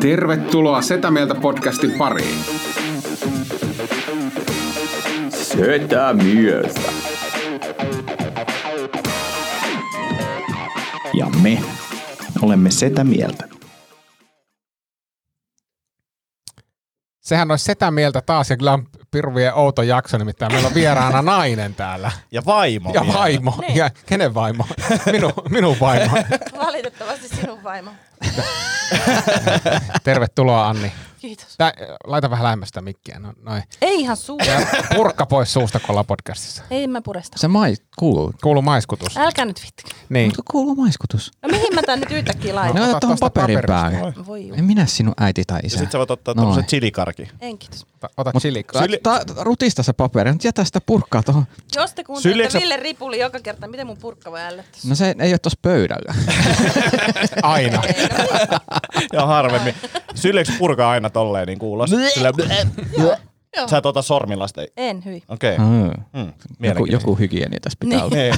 Tervetuloa Setä Mieltä podcastin pariin. Setä mieltä. Ja me olemme sitä mieltä. Sehän olisi sitä mieltä taas ja Glam Pirvien outo jakso, nimittäin meillä on vieraana nainen täällä. Ja vaimo. Ja vielä. vaimo. Niin. Ja kenen vaimo? Minun, minun vaimo. Valitettavasti sinun vaimo. Tervetuloa Anni. Kiitos. Tää, laita vähän lähemmästä mikkiä. No, noin. Ei ihan suuri. Ja purkka pois suusta, kun ollaan podcastissa. Ei mä puresta. Se mai Niin. kuuluu. Kuuluu maiskutus. Älkää nyt vittikö. Niin. Mutta kuuluu maiskutus. No mihin mä tän nyt yhtäkkiä laitan? Ne ota otat tuohon tosta paperin paperista. päälle. Niin. Voi juu. En minä sinun äiti tai Ja isä. sit sä voit ottaa Noin. tommosen chilikarki. En kiitos. Ota, ota Mut- chili. Sä- Syli- ta- rutista se paperi, nyt jätä sitä purkkaa tuohon. Jos te Syliäksä- kuuntelette Ville Ripuli joka kerta, miten mun purkka voi ällöttää? No se ei ole tuossa pöydällä. Aina. Ei, no niin. Ja harvemmin. Syljeks purkaa aina tolleen niin kuulosti. Sillä, Joo. sä et ota sormilla sitä. En, hyi. Okei. Okay. Mm. Mm, joku, mielenkiintoista. joku hygieni tässä pitää Niin. olla. Niin.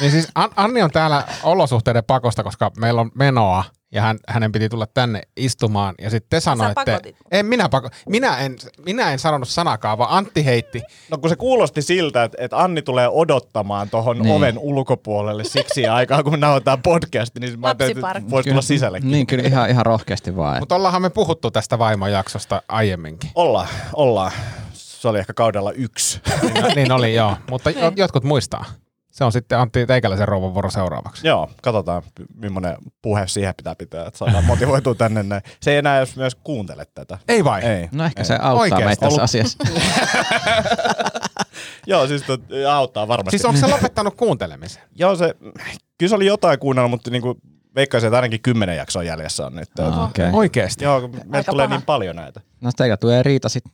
Niin siis An- Anni on täällä olosuhteiden pakosta, koska meillä on menoa ja hän, hänen piti tulla tänne istumaan. Ja sitten te sanoitte... pakotit. En minä, pako- minä, en, minä en sanonut sanakaan, vaan Antti heitti. No kun se kuulosti siltä, että, että Anni tulee odottamaan tohon Niin. oven ulkopuolelle siksi aikaa, kun me nauhoitetaan podcasti, niin mä ajattelin, että Lapsiparkki. voisi tulla sisällekin. Niin, kyllä ihan, ihan rohkeasti vaan. Mutta ollaanhan me puhuttu tästä vaimojaksosta aiemminkin. Ollaan, ollaan. Se oli ehkä kaudella yksi. niin oli, joo. Mutta jo- jotkut muistaa. Se on sitten Antti Teikäläisen rouvan vuoro seuraavaksi. Joo, katsotaan mi- millainen puhe siihen pitää pitää, että saadaan motivoitua tänne. näin. Se ei enää edes myös kuuntele tätä. Ei vai? Ei. No ehkä se auttaa Oikeesti. meitä tässä Ollut- asiassa. Joo, siis tot, auttaa varmasti. Siis onko se lopettanut kuuntelemisen? Joo, se, kyllä se oli jotain kuunnellut, mutta niinku, veikkaisin, että ainakin kymmenen jaksoa jäljessä on nyt. Ah, Että- Okei. Okay. Oikeesti. Joo, kun meillä Aika tulee paha. niin paljon näitä. No teillä tulee riita sitten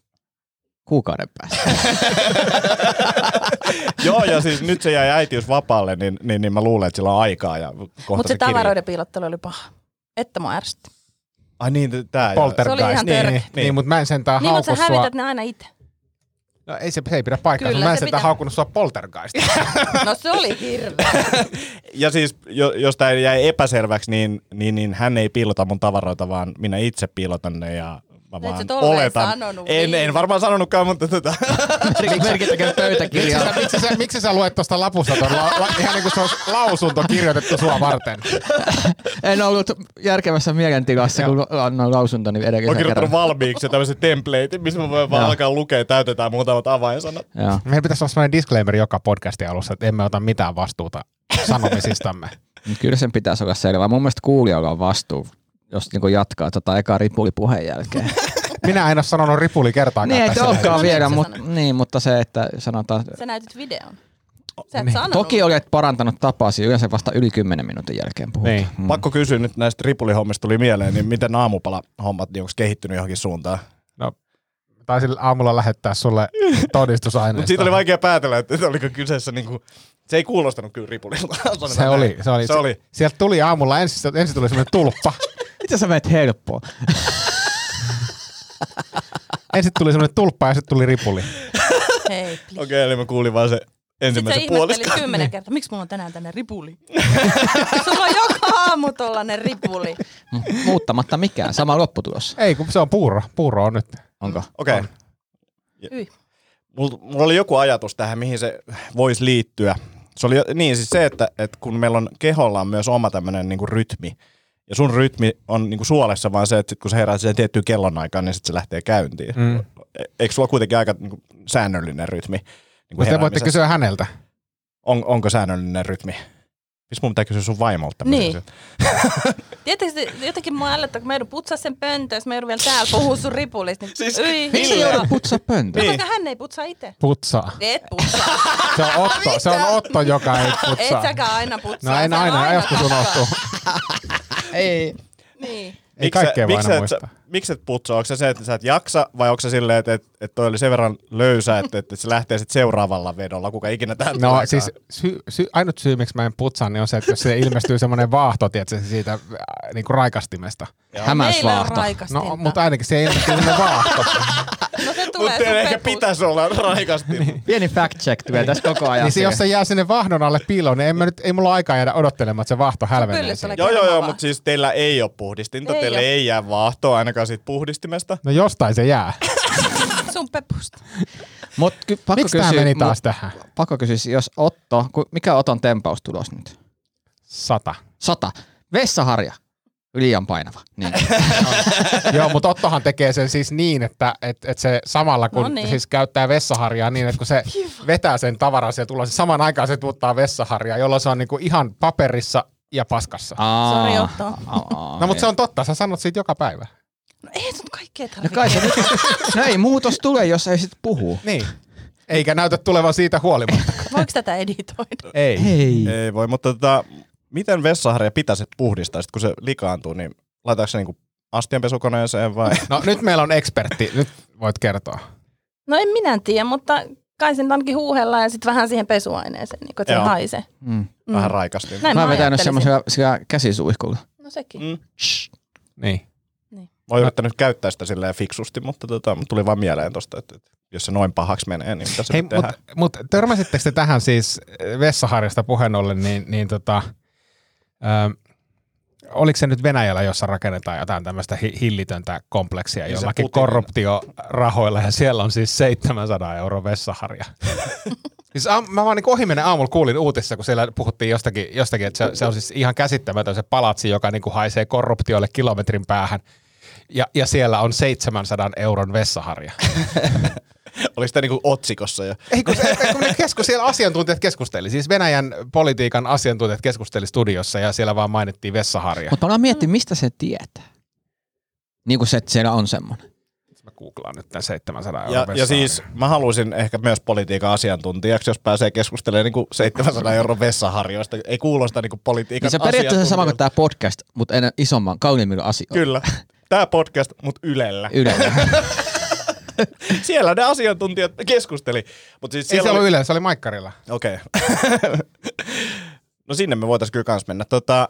kuukauden päästä. Joo, ja siis nyt se jäi äitiys vapaalle, niin, niin, niin mä luulen, että sillä on aikaa. Ja kohta Mutta se kirja- tavaroiden piilottelu oli paha. Että mua ärsytti. Ai niin, t- tää. joo. Poltergeist. Se oli ihan niin, niin, törkeä. niin, mutta mä en sentään Niin, mutta hauku sä sua. hävität ne aina itse. No ei se, se ei pidä paikkaa. Kyllä, Mä en se sentään pitää. haukunut sua poltergeist. No se oli hirveä. Ja siis, jo, jos tämä jäi epäselväksi, niin, niin, niin hän ei piilota mun tavaroita, vaan minä itse piilotan ne ja mä sä vaan tolleen oletan. sanonut, en, niin. en varmaan sanonutkaan, mutta tota, Merkittäkö Miksi sä, miksi, sä, miksi sä luet tuosta lapusta ton la, la, ihan niin kuin se olisi lausunto kirjoitettu sua varten? En ollut järkevässä mielentilassa, kun annoin lausuntoni mä oon edellisen kirjoittanut kerran. valmiiksi tämmöisen templatein, missä mä voin vaan Joo. alkaa lukea, täytetään muutamat avainsanat. Joo. Meillä pitäisi olla sellainen disclaimer joka podcastin alussa, että emme ota mitään vastuuta sanomisistamme. Mut Kyllä sen pitäisi olla selvä. Mun mielestä kuulijoilla on vastuu, jos niinku jatkaa tota ekaa ripulipuheen jälkeen. Minä en ole sanonut ripuli kertaakaan niin, ei tässä. olekaan Niin, vielä, lähetyksessä. Sä mut, sanoit. niin, mutta se, että sanotaan... Sä näytit videon. Sä et sanonut. Niin. Toki olet parantanut tapasi, yleensä vasta yli 10 minuutin jälkeen puhutaan. Niin. Mm. Pakko kysyä nyt näistä ripulihommista tuli mieleen, niin miten aamupala hommat, niin onko kehittynyt johonkin suuntaan? No, taisin aamulla lähettää sulle todistusaineistoa. Mutta siitä oli vaikea päätellä, että että oliko kyseessä niinku, se ei kuulostanut kyllä ripulilta. Sanotaan Se oli, näin. se oli. Se oli. Sieltä tuli aamulla, ensin, ensin tuli semmoinen tulppa. Itse sä menet helppoa. ensin tuli semmoinen tulppa ja sitten tuli ripuli. Hei, please. Okei, eli mä kuulin vaan se Sitten sä ensimmäisen ihmettelit puoliskon. kymmenen kertaa, miksi mulla on tänään tänne ripuli? Sulla on joka aamu tollanen ripuli. Mm. Muuttamatta mikään, sama lopputulos. Ei, kun se on puuro. Puuro on nyt. Onko? Okei. Hyi. Mulla, mulla oli joku ajatus tähän, mihin se voisi liittyä. Se oli jo- niin siis se, että, että kun meillä on keholla on myös oma tämmöinen niinku rytmi, ja sun rytmi on niinku suolessa vaan se, että sit kun sä heräät siihen tiettyyn kellonaikaan, niin sit se lähtee käyntiin. Mm. Eikö sulla kuitenkin aika niinku, säännöllinen rytmi? Niinku Mutta te voitte heräämisessä? kysyä häneltä. on, onko säännöllinen rytmi? Miksi mun pitää kysyä sun vaimolta? Niin. tämmöisiä asioita? Tietysti jotenkin mua ällöttää, kun mä joudun putsaa sen pöntön, jos mä joudun vielä täällä puhua sun ripulista. Niin Siis- siis, Yi, Miksi sä joudut putsaa pöntö? Niin. Koska hän ei putsaa itse. Putsaa. Et putsaa. Se on Otto, se on Otto joka ei Et putsaa. säkään aina putsaa. No en Sä aina, joskus putsaa. unohtuu. Ei. Niin. Ei Miks sä- kaikkea voi miks sä aina et- muistaa. sä- Miksi et putsaa? Onko se se, että sä et jaksa vai onko se silleen, että, että, että toi oli sen verran löysä, että, että se lähtee sitten seuraavalla vedolla, kuka ikinä tähän No tuleekaan? siis sy- sy- ainut syy, miksi mä en putsaa, niin on se, että jos se ilmestyy semmoinen vaahto, tiedätkö, siitä äh, niinku raikastimesta. Hämäysvaahto. Meillä on No, raikastinta. mutta ainakin se ei ilmestyy semmoinen vaahto. No se tulee sun Niin. teillä ehkä pepusta. pitäisi olla raikasti. Pieni fact check työ tässä koko ajan. Niin se, jos se jää sinne vahdon alle piiloon, niin ei, mä nyt, ei mulla aikaa jäädä odottelemaan, että se vahto hälvenee. pyllyt siinä. ole joo, joo, joo, Kerrovaa. mutta siis teillä ei ole puhdistinta, Ei ei teille oo. ei jää vaahtoa ainakaan siitä puhdistimesta. No jostain se jää. Sun pepusta. Mut ky- pakko Miksi tää kysyä- meni mu- taas tähän? Pakko kysyä, jos Otto, ku- mikä Oton tempaustulos nyt? Sata. Sata. Vessaharja. Liian painava. Niin. Joo, mutta Ottohan tekee sen siis niin, että et, et se samalla kun No niin. siis käyttää vessaharjaa niin, että kun se vetää sen tavaran sieltä ulos, niin samaan aikaan se tuottaa vessaharjaa, jolloin se on niinku ihan paperissa ja paskassa. Aa, Sori, Otto. aa, No mutta se ei. on totta, sä sanot siitä joka päivä. No ei sun kaikkea No tarvitse. kai se nyt, no ei muutos tule, jos ei sit puhu. Niin. Eikä näytä tulevan siitä huolimatta. Voiko tätä editoida? Ei. Hei. Ei voi, mutta tota, miten vessaharja pitäisi puhdistaa, sit kun se likaantuu, niin laitaanko se niinku astianpesukoneeseen vai? No nyt meillä on ekspertti, nyt voit kertoa. No en minä tiedä, mutta kai sen ainakin huuhellaan ja sitten vähän siihen pesuaineeseen, niin kun et se Joo. haise. Mm. Mm. Vähän raikasti. Näin Mä mä, oon vetänyt ajattelisin. semmoisella sillä käsisuihkulla. No sekin. Mm. Niin. Mä oon yrittänyt käyttää sitä silleen fiksusti, mutta tota, tuli vaan mieleen tosta, että että jos se noin pahaksi menee, niin mitä se Hei, Hei, tehdään? mutta mut, törmäsittekö te tähän siis äh, vessaharjasta puheen ollen, niin, niin tota, ähm, oliko se nyt Venäjällä, jossa rakennetaan jotain tämmöistä hi- hillitöntä kompleksia Niin se jollakin Putinin- korruptiorahoilla ja siellä on siis 700 euro vessaharja. siis aam, mä vaan niin ohimennen aamulla kuulin uutisissa, kun siellä puhuttiin jostakin, jostakin että se, se, on siis ihan käsittämätön se palatsi, joka niin kuin haisee korruptiolle kilometrin päähän. Ja, ja siellä on 700 euron vessaharja. Oliko sitä niinku otsikossa jo? Ei kun, se- kun ne kesku, siellä asiantuntijat keskusteli, siis Venäjän politiikan asiantuntijat keskusteli studiossa ja siellä vaan mainittiin vessaharja. Mutta mä oon miettinyt, mistä se tietää. Niin kuin se, että siellä on Niin semmoinen. Mä googlaan nyt tämän 700 euron Ja, ja vessaharjan. siis mä haluaisin ehkä myös politiikan asiantuntijaksi, jos pääsee keskustelemaan niinku 700 euron vessaharjoista. Ei kuulosta niinku politiikan Niin se on periaatteessa sama kuin tämä podcast, mutta enää isomman, kauniimmilla asioilla. Kyllä. Tämä podcast, mutta Ylellä. Ylellä. Siellä ne asiantuntijat keskusteli. Mut siis Ei siellä se oli- ollut Yle, se oli Maikkarilla. Okei. no sinne me voitaisiin kyllä kans mennä. Tota,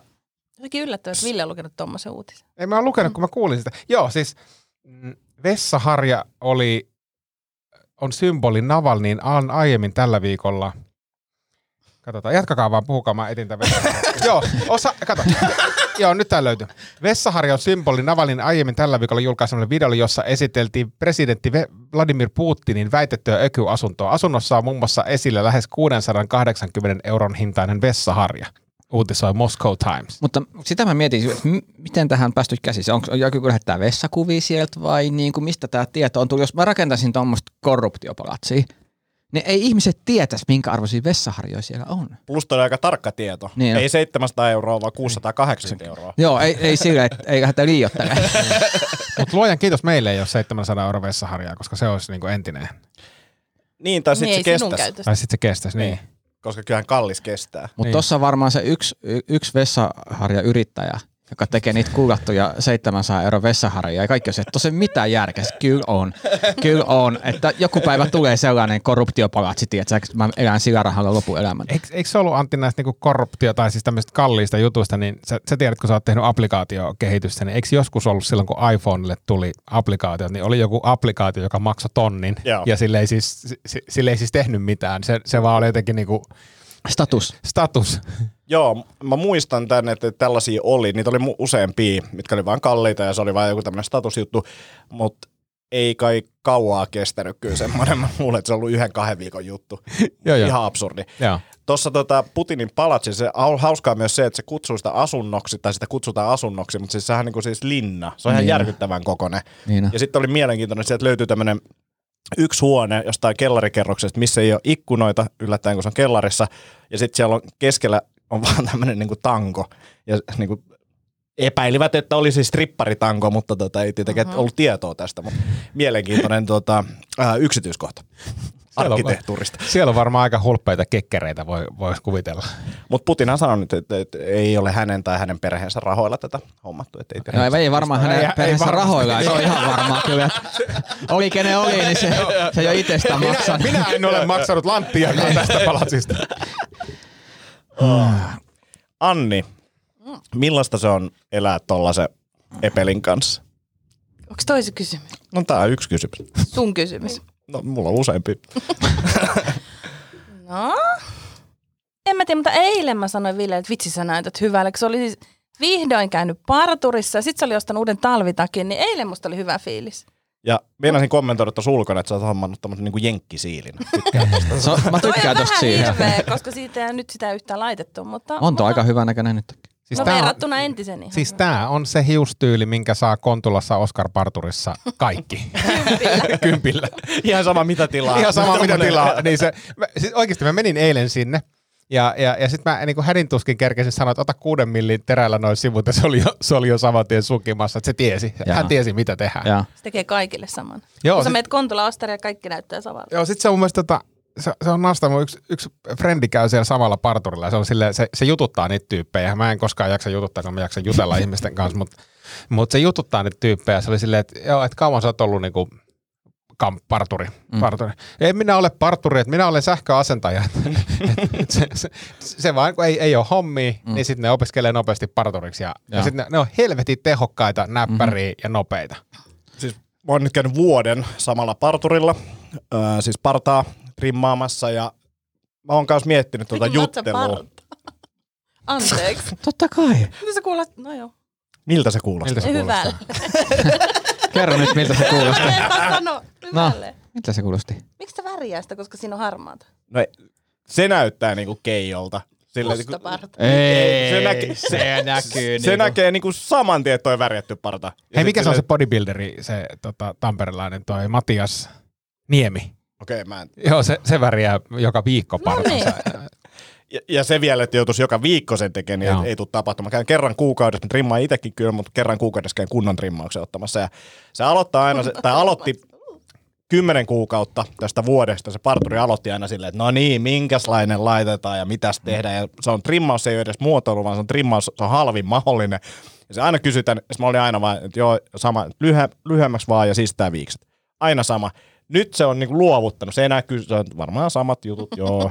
Jotenkin yllättävää, että Ville on lukenut tuommoisen uutisen. Ei mä oon lukenut, kun mä kuulin sitä. Joo, siis mm, vessaharja oli, on symboli Navalnin an aiemmin tällä viikolla. Katsotaan, jatkakaa vaan, puhukaa, mä etin tämän vessaharjan. Joo, osa, kato. Joo, nyt tää löytyy. Vessaharja on symboli Navalnin aiemmin tällä viikolla julkaisemalle videolle, jossa esiteltiin presidentti Ve- Vladimir Putinin väitettyä ökyasuntoa. Asunnossa on muun muassa esillä lähes 680 euron hintainen vessaharja, uutisoi Moscow Times. Mutta sitä mä mietin, että m- miten tähän on päästy käsiksi. Onko joku lähettää vessakuvia sieltä vai niin kuin mistä tämä tieto on tullut? Jos mä rakentaisin tuommoista korruptiopalatsia, niin ei ihmiset tietäisi, minkä arvoisia vessaharjoja siellä on. plus toi on aika tarkka tieto. Niin Niin on. ei 700 euroa, vaan 680 euroa. Joo, ei, ei sillä, että ei lähdetä liioittelemaan. Mutta luojan kiitos meille ei ole 700 euroa vessaharjaa, koska se olisi niinku entinen. Niin, tai Niin sitten se ei sinun kestäisi, käytöstä. Tai sitten se kestäisi, niin. Niin. koska kyllähän kallis kestää. Mutta Niin. tuossa varmaan se yksi, y- yksi vessaharja yrittäjä, joka tekee niitä kuulattuja 700 euron vessaharjaa ja kaikki on se, että tosiaan mitään järkeä. Sitten Kyllä on. Kyllä on. Että joku päivä tulee sellainen korruptiopalatsi, tiedätkö, että mä elän sillä rahalla lopuelämän. Eikö, eikö se ollut Antti näistä niinku korruptio tai siis tämmöisistä kalliista jutuista, niin sä, sä tiedät, kun sä oot tehnyt applikaatiokehitystä, niin eikö joskus ollut silloin, kun iPhoneille tuli applikaatiot, niin oli joku applikaatio, joka maksoi tonnin Joo. ja sille ei siis, si- sille ei siis tehnyt mitään. Se, se vaan oli jotenkin niinku Status. status. Joo, mä muistan tän, että tällaisia oli. Niitä oli mu- useampia, mitkä oli vaan kalliita ja se oli vaan joku tämmöinen statusjuttu. Mutta ei kai kauaa kestänyt kyllä semmoinen. Mä luulen, että se on ollut yhden kahden viikon juttu. Joo, joo. Ihan absurdi. Joo. Tuossa tota Putinin palatsi, se on hauskaa myös se, että se kutsuu sitä asunnoksi, tai sitä kutsutaan asunnoksi, mutta siis sehän on niin kuin siis linna. Se on ihan Niin. järkyttävän kokoinen. Niin on. Ja sitten oli mielenkiintoinen, että sieltä löytyy tämmöinen yksi huone jostain kellarikerroksesta, missä ei ole ikkunoita, yllättäen kun se on kellarissa. Ja sitten siellä on keskellä on vaan tämmöinen niinku tanko. Ja niinku epäilivät, että oli siis stripparitanko, mutta tota, ei tietenkään Mhm. uh-huh. ollut tietoa tästä. Mutta mielenkiintoinen tota, ää, yksityiskohta on- arkkitehtuurista. Siellä on varmaan aika hulppeita kekkereitä, voi, voisi kuvitella. Mutta Putinhan sanoi nyt, että, että ei ole hänen tai hänen perheensä rahoilla tätä hommattu. Että ei No tehdä. ei, ei varmaan Ei- hänen ei perheensä varmasti. rahoilla, se on ihan varmaa kyllä. Oli kenen oli, niin se, se jo itsestä maksanut. Minä en ole Niin. maksanut lanttiakaan tästä palatsista. Anni, millaista se on elää tollasen Epelin kanssa? Onko toisi kysymys? No tää on yksi kysymys. Sun kysymys. No mulla on useampi. No? En mä tiedä, mutta eilen mä sanoin Ville, että vitsi sä näytät hyvälle, kun se oli siis vihdoin käynyt parturissa ja sit se oli ostanut uuden talvitakin, niin eilen musta oli hyvä fiilis. Ja meinasin kommentoida tuossa ulkona, että sä oot hommannut tämmöisen niinku jenkkisiilin. Tykkään tosta. Se on, mä Toi on tykkään tosta vähän siitä. hirveä, koska siitä ei nyt sitä yhtään laitettu, mutta... On tuo mutta- aika hyvän näköinen nyt. Siis no tää on- verrattuna entiseen ihan Siis tää on se hiustyyli, minkä saa Kontulassa Oscar Parturissa kaikki. Kympillä. Kympillä. Ihan sama mitä tilaa. Ihan sama mitä Tommonen- tilaa. Niin se, mä, siis oikeasti mä menin eilen sinne. Ja, ja, ja sitten mä niin hädin tuskin kerkesin sanoa, että ota kuuden millin terällä noin sivut, ja se oli jo, se oli jo saman tien sukimassa, että se tiesi. Jaa. Hän tiesi, mitä tehdään. Ja. Se tekee kaikille saman. Joo, Kun sä sit- meet Kontula Ostaria ja kaikki näyttää samalta. Joo, sit se on mun mielestä tota, se, se on nasta, mun yksi, yksi frendi käy siellä samalla parturilla ja se, on silleen, se, se jututtaa niitä tyyppejä. Mä en koskaan jaksa jututtaa, kun mä jaksan jutella ihmisten kanssa, mutta mut se jututtaa niitä tyyppejä. Se oli silleen, että joo, et kauan sä oot ollut niinku kam, parturi, Mm. parturi. En minä ole parturi, että minä olen sähköasentaja. Et se, se, se, vaan, kun ei, ei ole hommia, mm. niin sitten ne opiskelee nopeasti parturiksi ja, ja. Joo. sitten ne, ne, on helvetin tehokkaita, näppäriä mm-hmm. ja nopeita. Siis mä oon nyt käynyt vuoden samalla parturilla, öö, siis partaa trimmaamassa ja mä oon kanssa miettinyt tuota Vittu, mä oot sä juttelua. parta. Anteeksi. Totta kai. Mitä sä kuulat? No joo. Miltä se kuulostaa? Miltä se Hyvälle. kuulostaa? Kerro nyt, miltä se kuulosti. Mä en saa sanoa. No. Hyvälle. No. Miltä se kuulosti? Miksi sä värjää sitä, koska siinä on harmaata? No, ei, se näyttää niinku keijolta. Sillä niinku- Musta parta. Ei, se näkee- se näkyy. se näkee niinku saman tien toi värjätty parta. Ja Hei, sit mikä se on se silleen- bodybuilderi, se tota, tamperilainen toi Matias Niemi? Okei, okay, mä en. Joo, se, se väriää joka No viikko niin. partansa. Ja, ja, se vielä, että joutuisi joka viikko sen tekemään, niin Joo. ei, ei tule tapahtumaan. Käyn kerran kuukaudessa, mä trimmaan itsekin kyllä, mutta kerran kuukaudessa käyn kunnon trimmauksen ottamassa. Ja se aloittaa aina, se, tai aloitti kymmenen kuukautta tästä vuodesta se parturi aloitti aina silleen, että no niin, minkäslainen laitetaan ja mitäs tehdään. Ja se on trimmaus, se ei ole edes muotoilu, vaan se on trimmaus, se on halvin mahdollinen. Ja se aina kysytään, ja sit mä olin aina vaan, että joo, sama, lyhä, lyhyemmäksi vaan ja siistää viikset. Aina sama. Nyt se on niinku luovuttanut, se ei enää kysy, se on varmaan samat jutut, joo.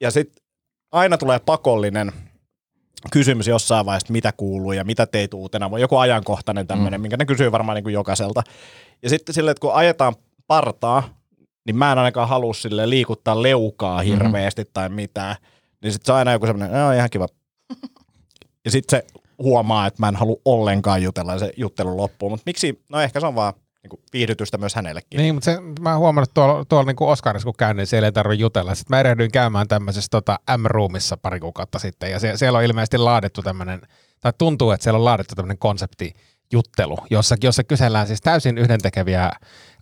Ja sitten aina tulee pakollinen kysymys jossain vaiheessa, että mitä kuuluu ja mitä teit uutena, vai joku ajankohtainen tämmöinen, mm. minkä ne kysyy varmaan niin kuin jokaiselta. Ja sitten silleen, että kun ajetaan partaa, niin mä en ainakaan halua sille liikuttaa leukaa hirveästi mm-hmm. tai mitään. Niin sitten se on aina joku semmoinen, on ihan kiva. ja sitten se huomaa, että mä en halua ollenkaan jutella ja se juttelu loppuu. Mutta miksi, no ehkä se on vaan niin kuin viihdytystä myös hänellekin. niin, mutta se, mä oon huomannut että tuolla, tuolla niin Oscarissa, kun käyn, niin siellä ei tarvitse jutella. Sitten mä erehdyin käymään tämmöisessä tota, M-roomissa pari kuukautta sitten, ja se, siellä on ilmeisesti laadittu tämmöinen, tai tuntuu, että siellä on laadittu tämmöinen konsepti juttelu, jossa, jossa kysellään siis täysin yhdentekeviä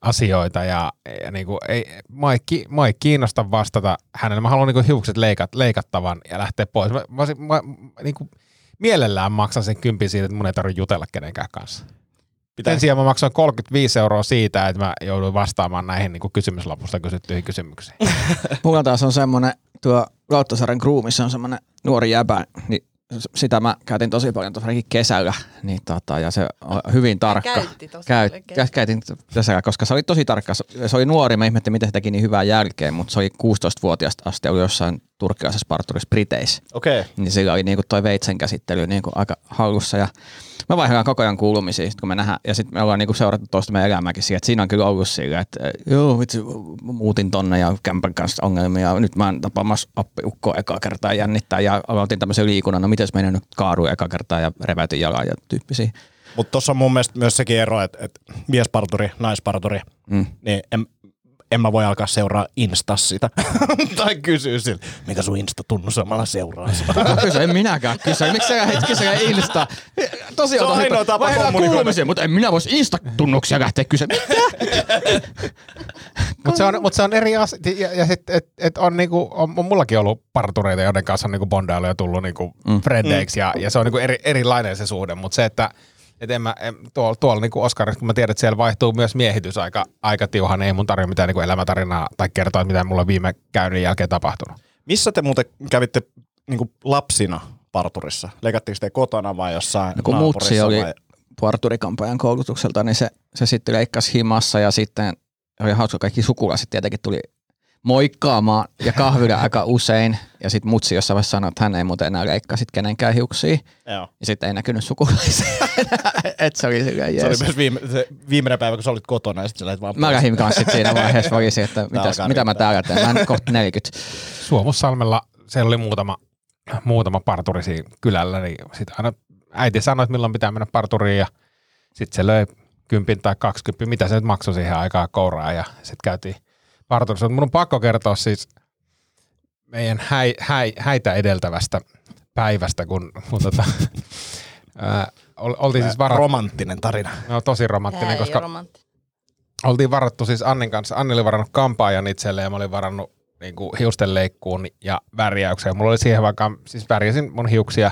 asioita ja, ja niin kuin, ei, mua, ei, ki- mua ei kiinnosta vastata hänelle. Mä haluan niin kuin hiukset leikat, leikattavan ja lähteä pois. Mä, mä, olisin- mä, mä niin kuin, mielellään maksan sen kympin siitä, että mun ei tarvitse jutella kenenkään kanssa. Pitää. Sen sijaan mä maksoin 35 euroa siitä, että mä jouduin vastaamaan näihin niin kuin kysymyslapusta kysyttyihin kysymyksiin. Mulla taas on semmonen, tuo Lauttasaaren Groomissa on semmonen nuori jäbä, niin s- sitä mä käytin tosi paljon tuossa ainakin kesällä, niin tota, ja se on hyvin tarkka. käytti tosi Käy, paljon kä- kesällä. käytin kesällä, koska se oli tosi tarkka. Se- Se oli nuori, mä ihmettelin, miten se teki niin hyvää jälkeen, mutta se oli 16-vuotiaasta asti ollut jossain turkkilaisessa parturissa Briteissä. Okei. Okay. niin sillä oli niinku toi veitsen käsittely niinku aika hallussa. Ja me vaihdellaan koko ajan kuulumisia, sit kun me nähdään, ja sitten me ollaan niinku seurattu toista meidän elämääkin siihen, että siinä on kyllä ollut sillä, että eh, joo, vitsi, muutin tonne ja kämpän kanssa ongelmia, ja nyt mä oon tapaamassa appiukkoa ekaa kertaa ja jännittää, ja aloitin tämmöisen liikunnan, no mites menen nyt kaaduin ekaa kertaa ja reväytin jalan ja tyyppisiä. Mutta tuossa on mun mielestä myös sekin ero, että, että miesparturi, naisparturi, mm. niin en, en mä voi alkaa seuraa Insta sitä. tai kysyä sille, mitä sun Insta tunnu samalla seuraa sua. Kysy, en minäkään kysy. Miksi sä lähdet kysyä Insta? Tosiaan Se on ainoa tapa kommunikoida. kommunikoida. mutta en minä voisi Insta-tunnuksia lähteä kysymään. Mutta se, on- mut se on eri asia. Ja, ja sit, et, et on, niinku, on, on, mullakin ollut partureita, joiden kanssa on niinku bondailu ja tullut niinku mm. frendeiksi. Ja, ja, se on niinku eri, erilainen se suhde. Mutta se, että et en mä, en, tuolla, tuolla niinku Oscarissa, kun mä tiedän, että siellä vaihtuu myös miehitys aika, aika tiuhan, niin ei mun tarvitse mitään niinku elämätarinaa tai kertoa, että mitä mulla on viime käynnin jälkeen tapahtunut. Missä te muuten kävitte niinku lapsina parturissa? Leikattiinko te kotona vai jossain No kun naapurissa mutsi oli vai- parturikampojan koulutukselta, niin se, se sitten leikkasi himassa ja sitten oli hauska, kaikki sukulaiset tietenkin tuli moikkaamaan ja kahville aika usein. Ja sitten mutsi jossain vaiheessa sanoi, että hän ei muuten enää leikkaa sit kenenkään hiuksia. Joo. Ja sitten ei näkynyt sukulaisia. Et se oli silleen Se oli jees. myös viime, se viimeinen päivä, kun sä olit kotona ja sitten sä lähdit vaan Mä pois. lähdin kanssa sit siinä vaiheessa valitsin, että mitäs, alkaa mitä mä täällä riittää. teen. Mä en kohta 40. Suomussalmella siellä oli muutama, muutama parturi siinä kylällä, niin sit aina äiti sanoi, että milloin pitää mennä parturiin ja sitten se löi kympin tai kaksikympin, mitä se nyt maksoi siihen aikaan kouraa ja sitten käytiin parturissa. Mut Mun on pakko kertoa siis meidän häi, häi, häitä edeltävästä päivästä, kun, kun tota, ää, ol- oltiin siis varattu, Romanttinen tarina. no, tosi Tää romanttinen, ei koska ole romanttinen. oltiin varattu siis Annin kanssa. Anni oli varannut kampaajan itselleen ja mä olin varannut niin kuin hiustenleikkuun ja värjäykseen. Mulla oli siihen vaikka, siis värjäsin mun hiuksia.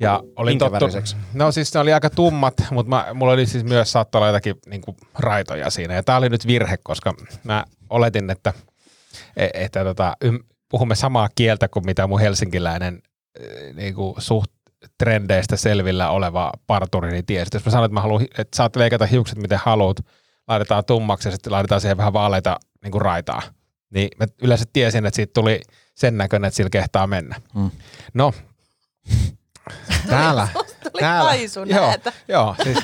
Ja olin Minkä tottu, väriseksi? No siis ne oli aika tummat, mutta mä, mulla oli siis myös saattoi olla jotakin niin kuin, raitoja siinä. Ja tää oli nyt virhe, koska mä oletin, että, e- että tota, ym, puhumme samaa kieltä kuin mitä mun helsinkiläinen eh, niin kuin, suht trendeistä selvillä oleva parturi, niin tiesi. Jos mä sanon, että, mä haluan, hi- että saat leikata hiukset miten haluat, laitetaan tummaksi ja sitten laitetaan siihen vähän vaaleita niin kuin raitaa. Niin mä yleensä tiesin, että siitä tuli sen näköinen, että sillä kehtaa mennä. Mm. No, täällä. Musta tuli Täällä. paisu Joo, näitä. joo siis,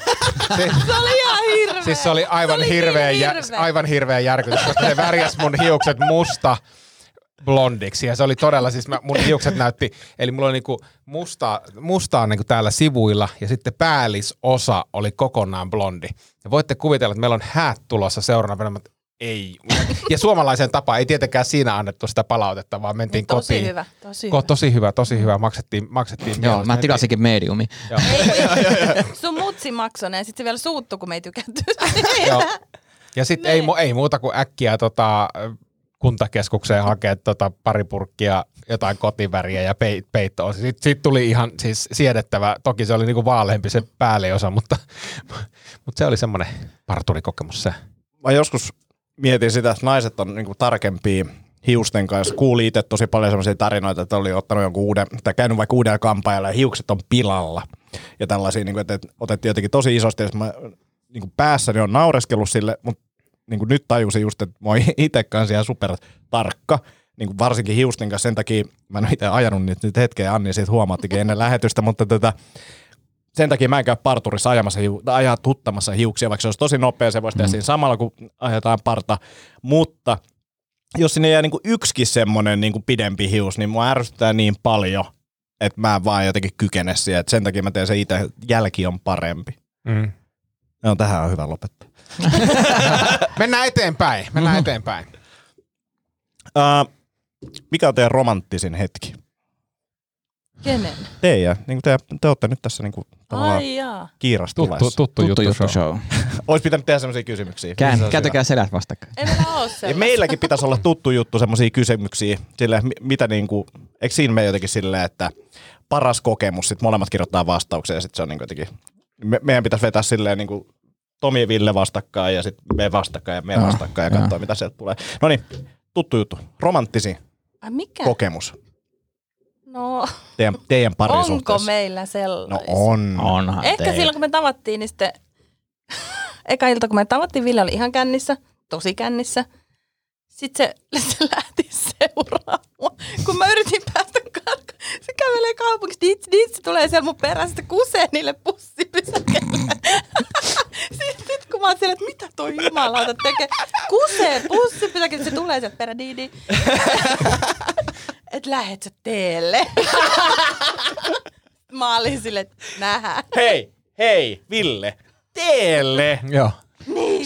siis, Se oli ihan hirveä. siis se oli aivan Se oli niin hirveä, jä, hirveä. aivan hirveä järkytys, koska se värjäs mun hiukset musta blondiksi. Ja se oli todella, siis mä, mun hiukset näytti, eli mulla oli niinku mustaa, mustaa niinku täällä sivuilla ja sitten päällisosa oli kokonaan blondi. Ja voitte kuvitella, että meillä on häät tulossa seuraavana, mutta ei. Ja suomalaiseen tapaan ei tietenkään siinä annettu sitä palautetta, vaan mentiin Tosi niin kotiin. hyvä, tosi Ko, hyvä. tosi hyvä, tosi hyvä. Maksettiin, maksettiin Joo, mieluusti. mä Mentiin- tilasinkin mediumi. Sun mutsi maksoi ne ja sit se vielä suuttu, kun me ei tykätty. Joo. Ja sitten ei, mu- ei muuta kuin äkkiä tota, kuntakeskukseen hakea tota, pari purkkia jotain kotiväriä ja pei- peittoa. Sitten sit tuli ihan siis siedettävä, toki se oli niinku vaaleampi se pääliosa, mutta, mutta se oli semmoinen parturikokemus se. Mä joskus mietin sitä, että naiset on niinku tarkempia hiusten kanssa. Kuuli itse tosi paljon sellaisia tarinoita, että oli ottanut jonkun uuden, tai käynyt vaikka uudella kampaajalla ja hiukset on pilalla. Ja tällaisia, niinku, että että otettiin jotenkin tosi isosti, jos mä niinku päässäni on naureskellut sille, mutta niinku nyt tajusin just, että mä oon itse kanssa ihan super tarkka. Niinku varsinkin hiusten kanssa, sen takia mä en ole itse ajanut niitä nyt hetkeä, Anni siitä huomaattikin ennen lähetystä, mutta tota, tätä, sen takia mä en käy parturissa ajamassa, hiu- tai ajaa tuttamassa hiuksia, vaikka se olisi tosi nopea, se voisi tehdä siinä samalla, kun ajetaan parta. Mutta jos sinne jää niinku yksikin semmoinen niinku pidempi hius, niin mua ärsyttää niin paljon, että mä en vaan jotenkin kykene siihen. Et sen takia mä teen se itse, jälki on parempi. Mm. No tähän on hyvä lopettaa. Mennään eteenpäin, mennään eteenpäin. Uh, mikä on teidän romanttisin hetki? Kenen? Teidän, niin te, te olette nyt tässä niinku tavallaan Ai jaa. Tuttu, kiirastilassa. tuttu, juttu, juttu show. show. Olisi pitänyt tehdä sellaisia kysymyksiä. Kään, Se olisi hyvä. kääntäkää selät vastakkain. Ei meillä oo Ja sellaista. meilläkin pitäisi olla tuttu juttu semmoisia kysymyksiä, sille, mi- mitä niinku, eikö siinä mene jotenkin silleen, että paras kokemus, sitten molemmat kirjoittaa vastauksia ja sitten se on niinku jotenkin, me, meidän pitäisi vetää silleen niinku Tomi ja Ville vastakkain ja sitten me vastakkain ja me Joo, vastakkain ja katsoa, mitä sieltä tulee. No niin, tuttu juttu, romanttisin Ai mikä? kokemus No, teidän, teidän onko parisuhteessa. meillä sellaista? No on. Onhan Ehkä silloin, kun me tavattiin, niin sitten... Eka ilta, kun me tavattiin, Ville oli ihan kännissä, tosi kännissä. Sitten se, se lähti seuraamaan, kun mä yritin päästä karkuun. Se kävelee kaupungissa, ditsi, ditsi, tulee siellä mun perässä, sitten kusee niille pussipysäkeille. sitten sit, kun mä oon siellä, että mitä toi jumalauta tekee. Kusee pussipysäkeille, se tulee sieltä perä, niin, niin. Et lähet sä teelle. mä olin silleen, että nähdään. Hei, hei, Ville, teelle. Joo,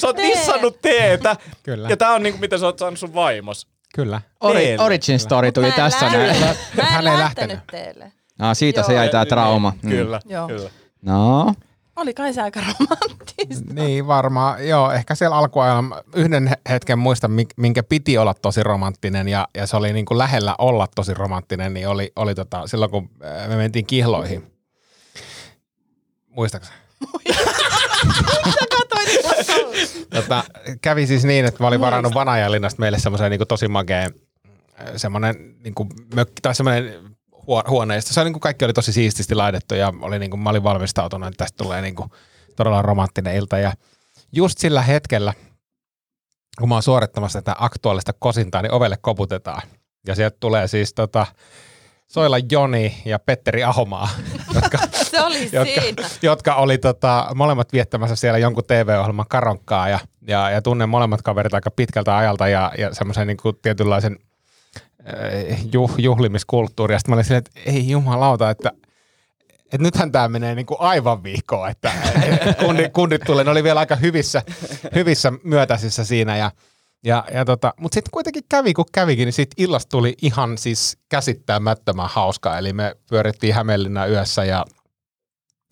Sä oot tee. niin dissannut teetä. Kyllä. Ja tää on niinku, miten sä oot saanut sun vaimos. kyllä. Ori, Teille. origin story tuli Mä en tässä lähtenyt. näin. Mä en Hän ei lähtenyt lähtenyt. teille. Ah, siitä se Joo, Niin, jäi tää trauma. Mm. Niin, Kyllä, Joo. kyllä. No, Oli kai se aika romanttista. Niin varmaan, joo, ehkä siellä alkuajalla yhden he- hetken muistan, mi- minkä piti olla tosi romanttinen ja, ja se oli niin kuin lähellä olla tosi romanttinen, niin oli, oli tota, silloin kun äh, me mentiin kihloihin. Muistaaks? Sä katsoit sitä kautta. Tota, kävi siis niin, että mä olin varannut Vanajanlinnasta meille semmoisen niin tosi makeen semmoinen niin mökki tai semmoinen huo- huoneisto. Se oli, niin kuin kaikki oli tosi siististi laitettu ja oli, niin kuin, mä olin valmistautunut, niinku että tästä tulee niin kuin, todella romanttinen ilta. Ja just sillä hetkellä kun mä oon suorittamassa tätä aktuaalista kosintaa, niin ovelle koputetaan. Ja sieltä tulee siis tota, Soila Joni ja Petteri Ahomaa, jotka, Se oli jotka, siinä. jotka oli tota, molemmat viettämässä siellä jonkun TV-ohjelman karonkkaa ja, ja, ja tunnen molemmat kaverit aika pitkältä ajalta ja, ja semmoisen niin kuin tietynlaisen äh, juh, juhlimiskulttuuri. Ja sitten mä olin silleen, että ei jumalauta, että et nythän tämä menee niinku aivan viikkoon, että et kunnit, kunnit tulee, ne oli vielä aika hyvissä, hyvissä myötäisissä siinä ja ja, ja tota, mutta sitten kuitenkin kävi, kun kävikin, niin sitten illasta tuli ihan siis käsittämättömän hauska. Eli me pyörittiin Hämeenlinna yössä ja,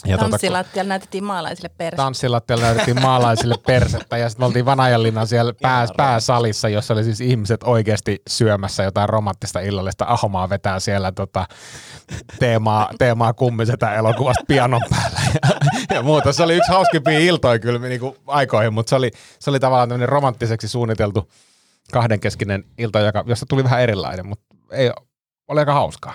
ja tota, kun- Tanssilattialla näytettiin maalaisille perse. tanssilattialla näytettiin maalaisille persettä ja sitten me oltiin Vanajanlinnan siellä pää, pääsalissa, jossa oli siis ihmiset oikeasti syömässä jotain romanttista illallista. Ahomaa vetää siellä tota, teemaa, teemaa kummisetä elokuvasta pianon päällä ja, ja muuta. Se oli yksi hauskimpia iltoja kyllä niin kuin aikoihin, mutta se oli, se oli tavallaan tämmöinen romanttiseksi suunniteltu kahdenkeskinen ilta, joka, josta tuli vähän erilainen, mutta ei, oli aika hauskaa.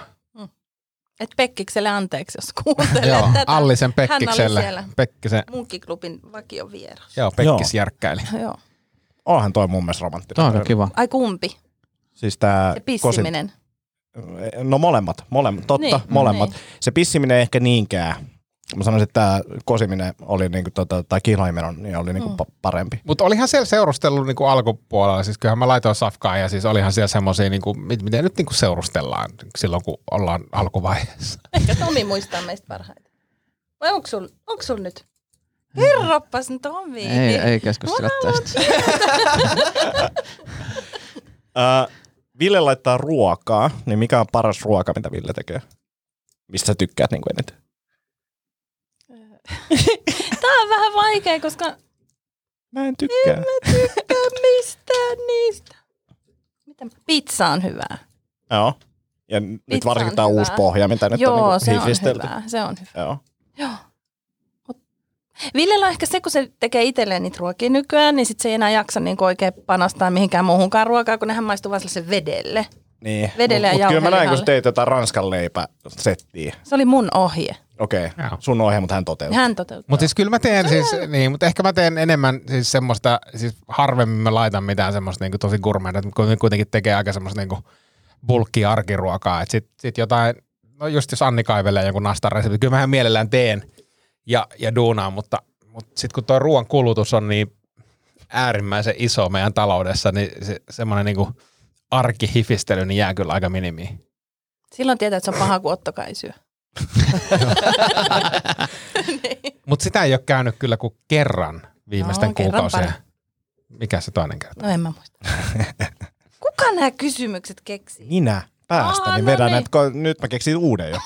Et Pekkikselle anteeksi, jos kuuntelee tätä. Allisen Hän oli Pekkikselle. siellä Pekkisen, munkkiklubin vakion vieras. joo, Pekkis Pekkis järkkäili. Joo. Onhan toi mun mielestä romanttinen. Tämä on kiva. Ai kumpi? Siis tää Se kosin- pissiminen. No molemmat, molemmat totta, Niin, niin, molemmat. niin. Niin. Se pissiminen ei ehkä niinkään. Mä sanoisin, että tämä kosiminen oli niinku tota, tai kihlaiminen on- niin oli niinku Mm. mm. parempi. Mutta olihan siellä seurustellut niinku alkupuolella, siis kyllähän mä laitoin safkaa ja siis olihan siellä semmoisia, niinku, mit, miten nyt niinku seurustellaan silloin, kun ollaan alkuvaiheessa. Ehkä Tomi muistaa meistä parhaiten. Vai onko sul, onko sul nyt? Kerroppas nyt Tomi. Ei, Niin. ei keskustella tästä. Äh, Ville laittaa ruokaa, niin mikä on paras ruoka, mitä Ville tekee? Mistä sä tykkäät niinku eniten? Tää on vähän vaikea, koska Mä en tykkää. tykkää mistään niistä. Mitä? mä- Pizza on hyvää. Joo. Ja n- nyt Pizza on varsinkin tämä uusi hyvää. pohja, mitä nyt Joo, on se niinku on hifistelty. hyvää. Se on hyvä. Joo. Joo. Mut Villellä on ehkä se, kun se tekee itselleen niitä ruokia nykyään, niin sit se ei enää jaksa niin oikein panostaa mihinkään muuhunkaan ruokaa, kun nehän maistuu vaan sellaisen vedelle. Niin. Vedellä ja Mut kyllä mä näin, kun jauhelihalle. sä teit tätä ranskan leipäsettiä. Se oli mun ohje. Okei, Joo. okay. sun ohje, mutta hän toteutti. Hän toteuttaa. Mutta siis kyllä mä teen siis, niin, mutta ehkä mä teen enemmän siis semmoista, siis harvemmin mä laitan mitään semmoista niinku tosi gourmeita, kun ne kuitenkin tekee aika semmoista niinku bulkki arkiruokaa, että sit, sit jotain, no just jos Anni kaivelee jonkun nastan resepti, kyllä mähän mielellään teen ja, ja duunaan, mutta, mutta sitten kun tuo ruoan kulutus on niin äärimmäisen iso meidän taloudessa, niin se, semmoinen niinku arkihifistely niin jää kyllä aika minimiin. Silloin tietää, että se on paha, kun Otto kai syö. Mutta sitä ei ole käynyt kyllä kuin kerran viimeisten No, no, kerran kuukausien. Mikä se toinen kerta? No en mä muista. Kuka nämä kysymykset keksii? Minä päästä, Aa, niin no vedän, niin. että ko- nyt mä keksin uuden jo.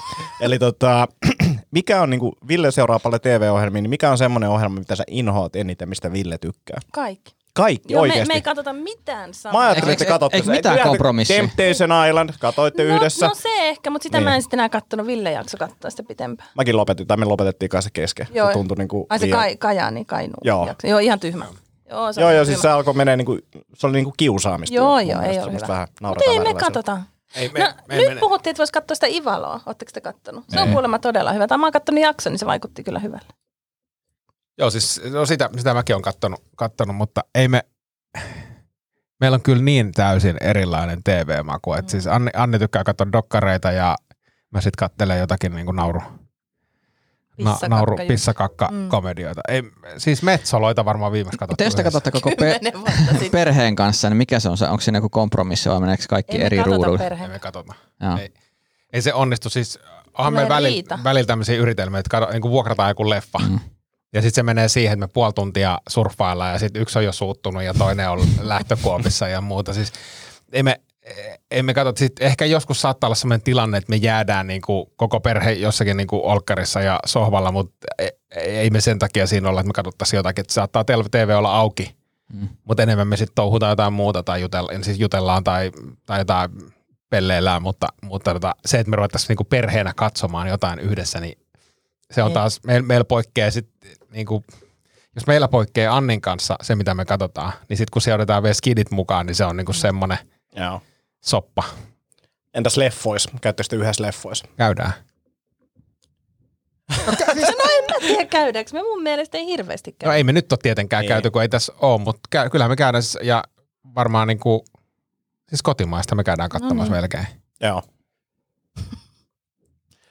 Eli tota, mikä on, niin kuin Ville seuraa paljon TV-ohjelmia, niin mikä on semmoinen ohjelma, mitä sä inhoat eniten, mistä Ville tykkää? Kaikki. Kaikki, Joo, me, oikeasti. me ei katsota mitään samaa. Mä ajattelin, Eikö- että te katsotte eikö sen. mitään Te- kompromissia? Temptation Island, katoitte no, yhdessä. No se ehkä, mutta sitä niin. Niin. mä en sitten enää kattonut. Ville jakso katsoa sitä pitempään. Mäkin lopetin, tai me lopetettiin kanssa kesken. Joo. Joo. Se tuntui niin kuin Ai se kai, Kajaani, Kainuu Joo. jakso. Joo, ihan tyhmä. Joo, se Joo, oli joo, tyhmä. siis se alkoi menee, niin kuin, se oli niin kuin kiusaamista. Joo, mun joo, mielestä. ei ole Semmoista hyvä. Vähän Mutta nauretaan ei Niin, me välillä sillä. katsotaan. Ei, me, No, nyt puhuttiin, että voisi katsoa sitä Ivaloa. Oletteko te kattonut? Se on Ei. kuulemma todella hyvä. Tai mä oon kattonut jakson, niin se vaikutti kyllä hyvälle. Joo, siis no sitä, sitä mäkin olen kattonut, kattonut, mutta ei me... Meillä on kyllä niin täysin erilainen TV-maku, Mm. että siis Anni, Anni tykkää katsoa dokkareita ja mä sitten kattelen jotakin niin kuin nauru, na, Pissakakka nauru just. Mm. pissakakka-komedioita. Ei, siis metsoloita varmaan viimeksi Mutta katsottu. jos te yhdessä. katsotte koko per- Kymmenen vuotta sitten. perheen kanssa, niin mikä se on? se? Onko siinä joku kompromissi vai meneekö kaikki Ei me eri katsota ruudulle? Ei me perheen. katsota. Joo. Ei. Ei se onnistu. Siis onhan Tulee me välillä, riita. välillä tämmöisiä yritelmiä, että kato, niin kuin vuokrataan joku leffa. Mm. Mm. Ja sitten se menee siihen, että me puoli tuntia surffaillaan ja sitten yksi on jo suuttunut ja toinen on lähtökuopissa ja muuta. Siis ei me, ei me katso, sit ehkä joskus saattaa olla sellainen tilanne, että me jäädään niin kuin koko perhe jossakin niin kuin olkkarissa ja sohvalla, mutta ei, ei me sen takia siinä olla, että me katsottaisiin jotakin. Että saattaa tel- TV olla auki, Mm. mutta enemmän me sitten touhutaan jotain muuta tai jutellaan, siis jutellaan tai, tai jotain pelleillään, mutta, mutta tota, se, että me ruvettaisiin niinku perheenä katsomaan jotain yhdessä, niin se on Ei. taas, meillä meil poikkeaa sitten, niinku, jos meillä poikkeaa Annin kanssa se, mitä me katsotaan, niin sitten kun seurataan vielä skidit mukaan, niin se on Mm. niinku semmoinen Joo. soppa. Entäs leffois? Käytte sitten yhdessä leffois? Käydään. Mä No, en tiedä käydäänkö. Me mun mielestä ei hirveästi käy. No ei me nyt ole tietenkään Ei. käyty, kun ei tässä ole, mutta käy, kyllähän me käydään, siis- ja varmaan niin kuin, siis kotimaista me käydään No katsomassa niin. melkein. Joo.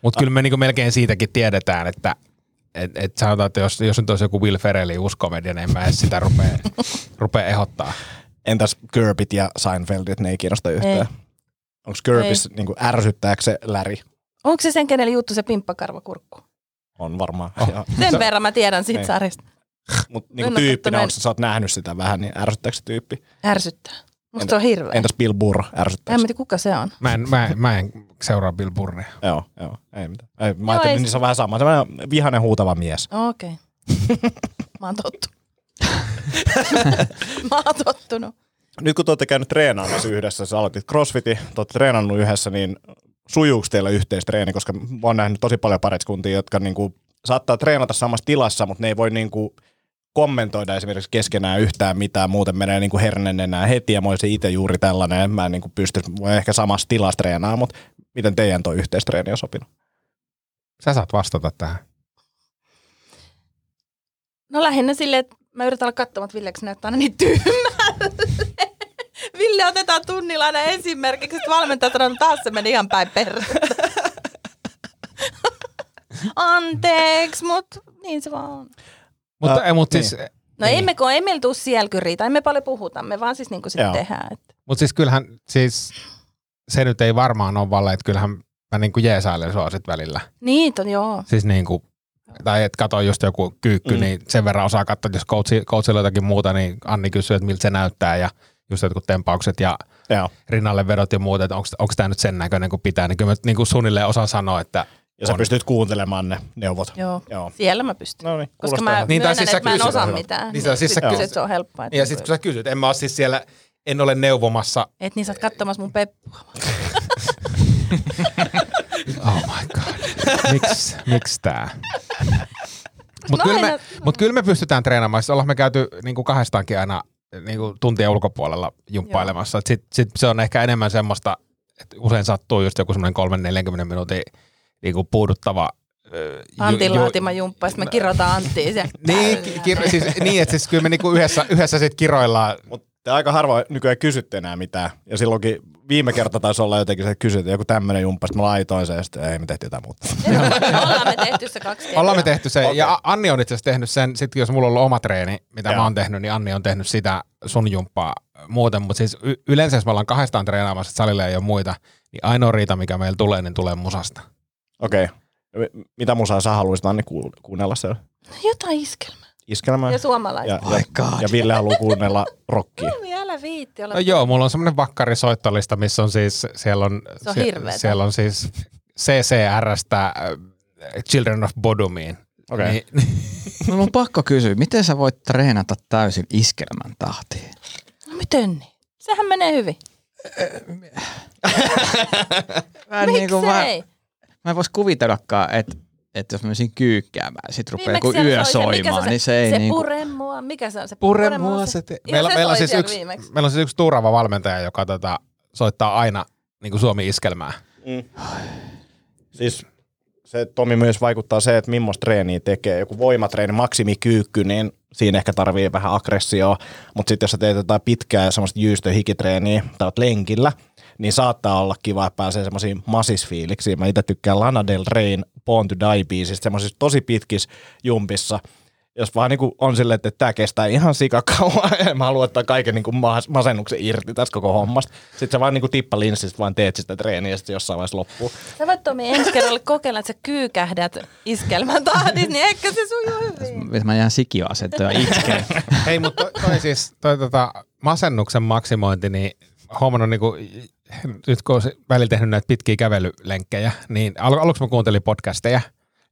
Mutta kyllä me niin melkein siitäkin tiedetään, että et, et sanotaan, että jos, jos nyt olisi joku Will Ferrelli uskomedia, niin en mä edes sitä rupea, rupea ehdottaa. Entäs Gerbit ja Seinfeldit, ne ei kiinnosta yhtään. Onko Gerbis, niin kuin, ärsyttääkö se Läri? Onko se sen, kenelle juttu se pimppakarvakurkku? On varmaan. Oh. Oh. Sen verran mä tiedän siitä Ei. sarjasta. Mutta En niin oo tyyppinä, kattonut. onko sä, sä oot nähnyt sitä vähän, niin ärsyttääkö se tyyppi? Ärsyttää. Musta Entä- se on hirveä. Entäs Bill Burr, ärsyttääkö En mä se? tiedä, kuka se on. Mä en, mä, en- mä en seuraa Bill Burria. Joo, joo, ei mitään. Ei, mä Joo, ajattelin, ei niin se- se on vähän sama. Semmoinen vihainen huutava mies. Okei. Okay. Mä oon tottu. mä oon tottunut. Nyt kun te olette käynyt treenaamassa yhdessä, sä aloitit crossfitin, te olette treenannut yhdessä, niin sujuuko teillä yhteistreeni? Koska mä oon nähnyt tosi paljon pariskuntia, jotka niinku saattaa treenata samassa tilassa, mutta ne ei voi niinku kommentoida esimerkiksi keskenään yhtään mitään, muuten menee niinku hernen enää heti ja mä olisin itse juuri tällainen, en mä niinku pysty, voi ehkä samassa tilassa treenaa, mutta miten teidän toi yhteistreeni on sopinut? Sä saat vastata tähän. No lähinnä silleen, että mä yritän olla katsomatta Villeksi näyttää aina niin tyhmälle. Ville otetaan tunnilla aina esimerkiksi, että valmentaja sanoo, että taas se meni ihan päin perrettä. Anteeksi, mut niin se vaan on. Mutta äh, mut niin. siis, No Niin. niin. emme, kun ei meillä tuu siellä kyllä riitä, emme paljon puhuta, me vaan siis niinku sit Joo. tehdään. Että. mut siis kyllähän siis, se nyt ei varmaan ole valle, että kyllähän mä niinku jeesailen sua sit välillä. Niin, on joo. Siis niinku, tai et kato just joku kyykky, mm. Mm. niin sen verran osaa katsoa, että jos coachi, coachilla on jotakin muuta, niin Anni kysyy, että miltä se näyttää ja just jotkut tempaukset ja Joo. rinnalle vedot ja muuta, että onko tämä nyt sen näköinen kuin pitää, niin kyllä mä niin kuin suunnilleen osaan sanoa, että Ja sä On. pystyt kuuntelemaan ne neuvot. joo. Joo. Siellä mä pystyn. No niin, Koska mä Niin, niin, tai myönnän, siis siis sä että mä en kysyt osaa silloin. mitään. Niin, tai siis sä Sit- kysyt. sit se on helppoa. niin ja sitten kun sä kysyt, en mä ole siis siellä, en ole neuvomassa. Et niin sä oot katsomassa mun peppua. Oh my god, miksi miks tää? Mutta No kyllä, aina- me- mut kyllä me pystytään treenaamaan, siis ollaan me käyty niinku kahdestaankin aina niinku tuntien ulkopuolella jumppailemassa. Et Sit, sit se on ehkä enemmän semmoista, että usein sattuu just joku semmoinen 30-40 minuutin niinku puuduttava ö, ju- Antin ju- laatima jumppa, ja sit me kirjoitan Anttiin se. Niin, ki- kir- siis, niin että siis kyllä me niinku yhdessä, yhdessä sit kiroillaan. Mutta te aika harvoin nykyään kysytte enää mitään. Ja silloinkin viime kerta taisi olla jotenkin se, että kysyt, joku tämmöinen jumppa, sitten mä laitoin sen ja sitten ei, me tehtiin jotain muuta. Ollaan me tehty se kaksi kertaa. Ollaan me tehty se, okay. Okei. ja A- Anni on itse asiassa tehnyt sen, sit jos mulla on ollut oma treeni, mitä Joo. mä oon tehnyt, niin Anni on tehnyt sitä sun jumppaa muuten, mutta siis y- yleensä jos me ollaan kahdestaan treenaamassa, että salilla ei ole muita, niin ainoa riita, mikä meillä tulee, niin tulee musasta. Okei. Okay. Mitä musaa sä haluaisit Anni kuul- kuunnella siellä? Jotain iskelmää. Iskelmää? Ja ja, suomalaista. ja, God. ja Ville haluaa kuunnella rockia. Suomi, älä viitti olla. No joo, mulla on semmoinen vakkarisoittolista, missä on siis, siellä on, Se on hirveetä. siellä on siis CCRstä äh, Children of Bodomiin. Okei. Okay. Niin. Niin, Mulla on pakko kysyä, miten sä voit treenata täysin iskelmän tahtiin? No miten niin? Sehän menee hyvin. Mä en, Miksei? niinku, mä, Niin mä en vois kuvitellakaan, että että jos mä menisin kyykkäämään, sit rupeaa joku siellä yö soi Niin, se- mikä soimaan, se- niin se ei Se niinku... pure mua. Mikä se on se Pure mua se te... Meillä, meillä, meillä, on siis yksi, viimeksi. meillä on siis yksi tuuraava valmentaja, joka tota, soittaa aina niin kuin Suomi-iskelmää. Siis se Tomi myös vaikuttaa se, että millaista treeniä tekee. Joku voimatreeni, maksimikyykky, niin siinä ehkä tarvii vähän aggressioa. Mutta sitten jos sä teet jotain pitkää ja semmoista jyystöhikitreeniä tai oot lenkillä, niin saattaa olla kiva, että pääsee semmoisiin masisfiiliksiin. Mä itse tykkään Lana Del Reyn Born to Die biisistä, semmoisissa tosi pitkissä jumpissa. Jos vaan niinku on silleen, että tämä kestää ihan sikakauan, ja mä haluan ottaa kaiken niinku mas- masennuksen irti tästä koko hommasta. Sitten sä vaan niinku tippa linssistä vaan teet sitä treeniä ja sitten jossain vaiheessa loppuu. Sä voit Tomi ensi kerralla kokeilla, että sä kyykähdät iskelmän tahdissa, niin ehkä se sujuu hyvin. Että mä jään sikiöasentoon ja itken. Hei, mutta toi, toi siis toi, tota, masennuksen maksimointi, niin huomannut niinku, nyt kun olen välillä tehnyt näitä pitkiä kävelylenkkejä, niin al- aluksi mä kuuntelin podcasteja,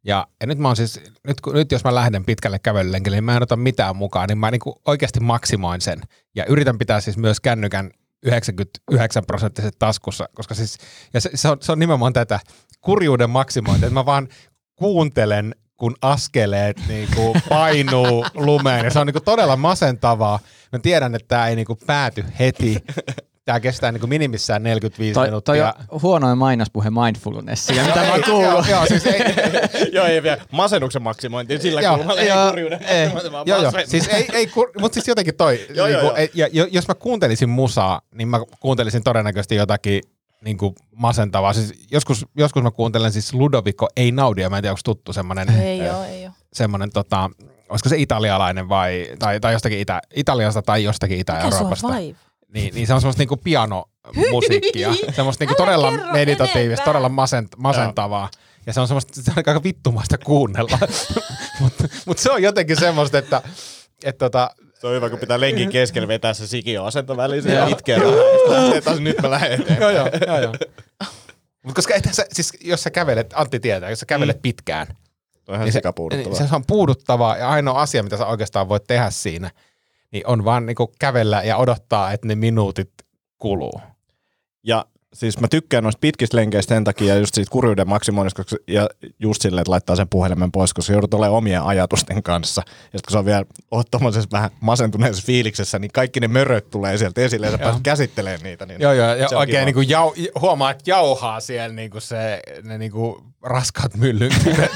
ja, ja nyt, mä oon siis, nyt, kun- nyt jos mä lähden pitkälle kävelylenkille, niin mä en ota mitään mukaan, niin mä niinku oikeasti maksimoin sen. Ja yritän pitää siis myös kännykän 99 prosenttiset taskussa, koska siis, ja se, se, on, se on nimenomaan tätä kurjuuden maksimointia, että mä vaan kuuntelen, kun askeleet niinku painuu lumeen, ja se on niinku todella masentavaa. Mä tiedän, että tämä ei niinku pääty heti, Tämä kestää niin kuin minimissään 45 Toi, minuuttia. toi on huonoin mainospuhe mindfulnessia, mitä mä oon Ei, joo, kuullut. joo, siis ei, joo, ei vielä. Masennuksen maksimointi sillä Joo, kulmalla. Ei joo, kurjuuden ei. maksimointi, vaan Joo, joo. masennus. Siis ei, ei, mutta siis jotenkin toi. Joo, niinku, joo, joo. ei- ja, jo- jos mä kuuntelisin musaa, niin mä kuuntelisin todennäköisesti jotakin niin kuin masentavaa. Siis joskus, joskus mä kuuntelen siis Ludovico ei naudia, mä en tiedä onko tuttu semmoinen, Ei oo, ei oo. semmoinen tota, olisiko se italialainen vai, tai, tai jostakin itä, Italiasta tai jostakin Mikä sua Itä-Euroopasta. vaiva? Niin, niin se on semmoista niinku pianomusiikkia, semmoista niinku Älä todella kerro meditatiivista, enempää. todella masent, masentavaa. Ja se on semmoista, se on aika vittumaista kuunnella. Mutta mut se on jotenkin semmoista, että et tota, Se on hyvä, kun pitää Mm-hmm. lenkin keskellä vetää se sikioasento väliin Joo. ja itkeä vähän. Sitten lähtee taas, nyt mä lähden joo eteenpäin. joo, joo joo. Mut koska et sä, siis jos sä kävelet, Antti tietää, jos sä kävelet mm. pitkään, Toi on ihan niin se, sikapuuduttavaa. niin se on puuduttavaa ja ainoa asia, mitä sä oikeastaan voit tehdä siinä, niin on vaan niinku kävellä ja odottaa, että ne minuutit kuluu. Ja siis mä tykkään noista pitkistä lenkeistä sen takia ja just siitä kurjuuden maksimoinnista koska- ja just silleen, että laittaa sen puhelimen pois, koska joudut olemaan omien ajatusten kanssa. Ja sit kun sä on vielä oot tommosessa vähän masentuneessa fiiliksessä, niin kaikki ne möröt tulee sieltä esille ja sä pääset käsittelemään niitä. Niin Joo, joo, ja se on oikein kiva. niinku jau, huomaa, että jauhaa siellä niinku se, ne niinku raskaat myllyn tyvet.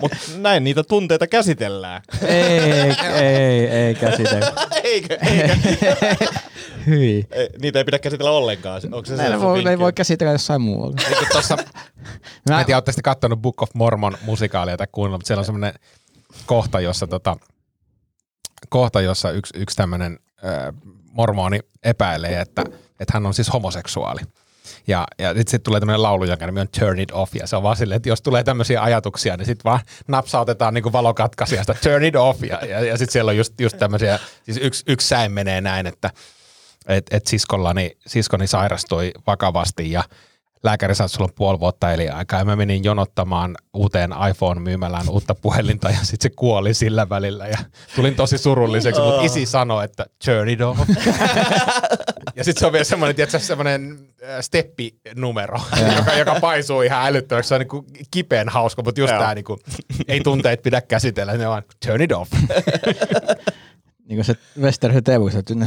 Mut näin niitä tunteita käsitellään. Ei, ei, ei käsitellä. Eikö? Eikä. Hyi. Ei, niitä ei pidä käsitellä ollenkaan. Se- Onko se Näin se sun voi, vinkki? ei voi käsitellä jossain muualla. Niin Niinku tossa, mä Mä, en tiedä, ootte sitten kattonut Book of Mormon musikaalia tai kuunnellut, mutta siellä on semmoinen kohta, jossa, tota, kohta, jossa yksi, yksi tämmöinen äh, mormoni epäilee, että, että hän on siis homoseksuaali. Ja, ja sitten sit tulee tämmöinen laulu, jonka nimi on Turn It Off, ja se on vaan silleen, että jos tulee tämmöisiä ajatuksia, niin sitten vaan napsautetaan niin valokatkaisijasta Turn It Off, ja, ja, ja sitten siellä on just, just tämmöisiä, siis yksi, yksi säin menee näin, että et, et siskollani, siskoni sairastui vakavasti ja lääkäri sanoi, että sulla on puoli vuotta eli aikaa. Ja mä menin jonottamaan uuteen iPhone-myymälään uutta puhelinta ja sitten se kuoli sillä välillä. Ja tulin tosi surulliseksi, mutta isi sanoi, että turn it off. ja sitten se on vielä semmoinen, tiedätkö, semmoinen äh, steppinumero, joka, joka paisuu ihan älyttömäksi. Se on niinku kipeän hauska, mutta just Joo. tämä niinku, ei tunteet pidä käsitellä, ne vaan turn it off. niin kuin se Westerhö Teemu, sanoi, että ne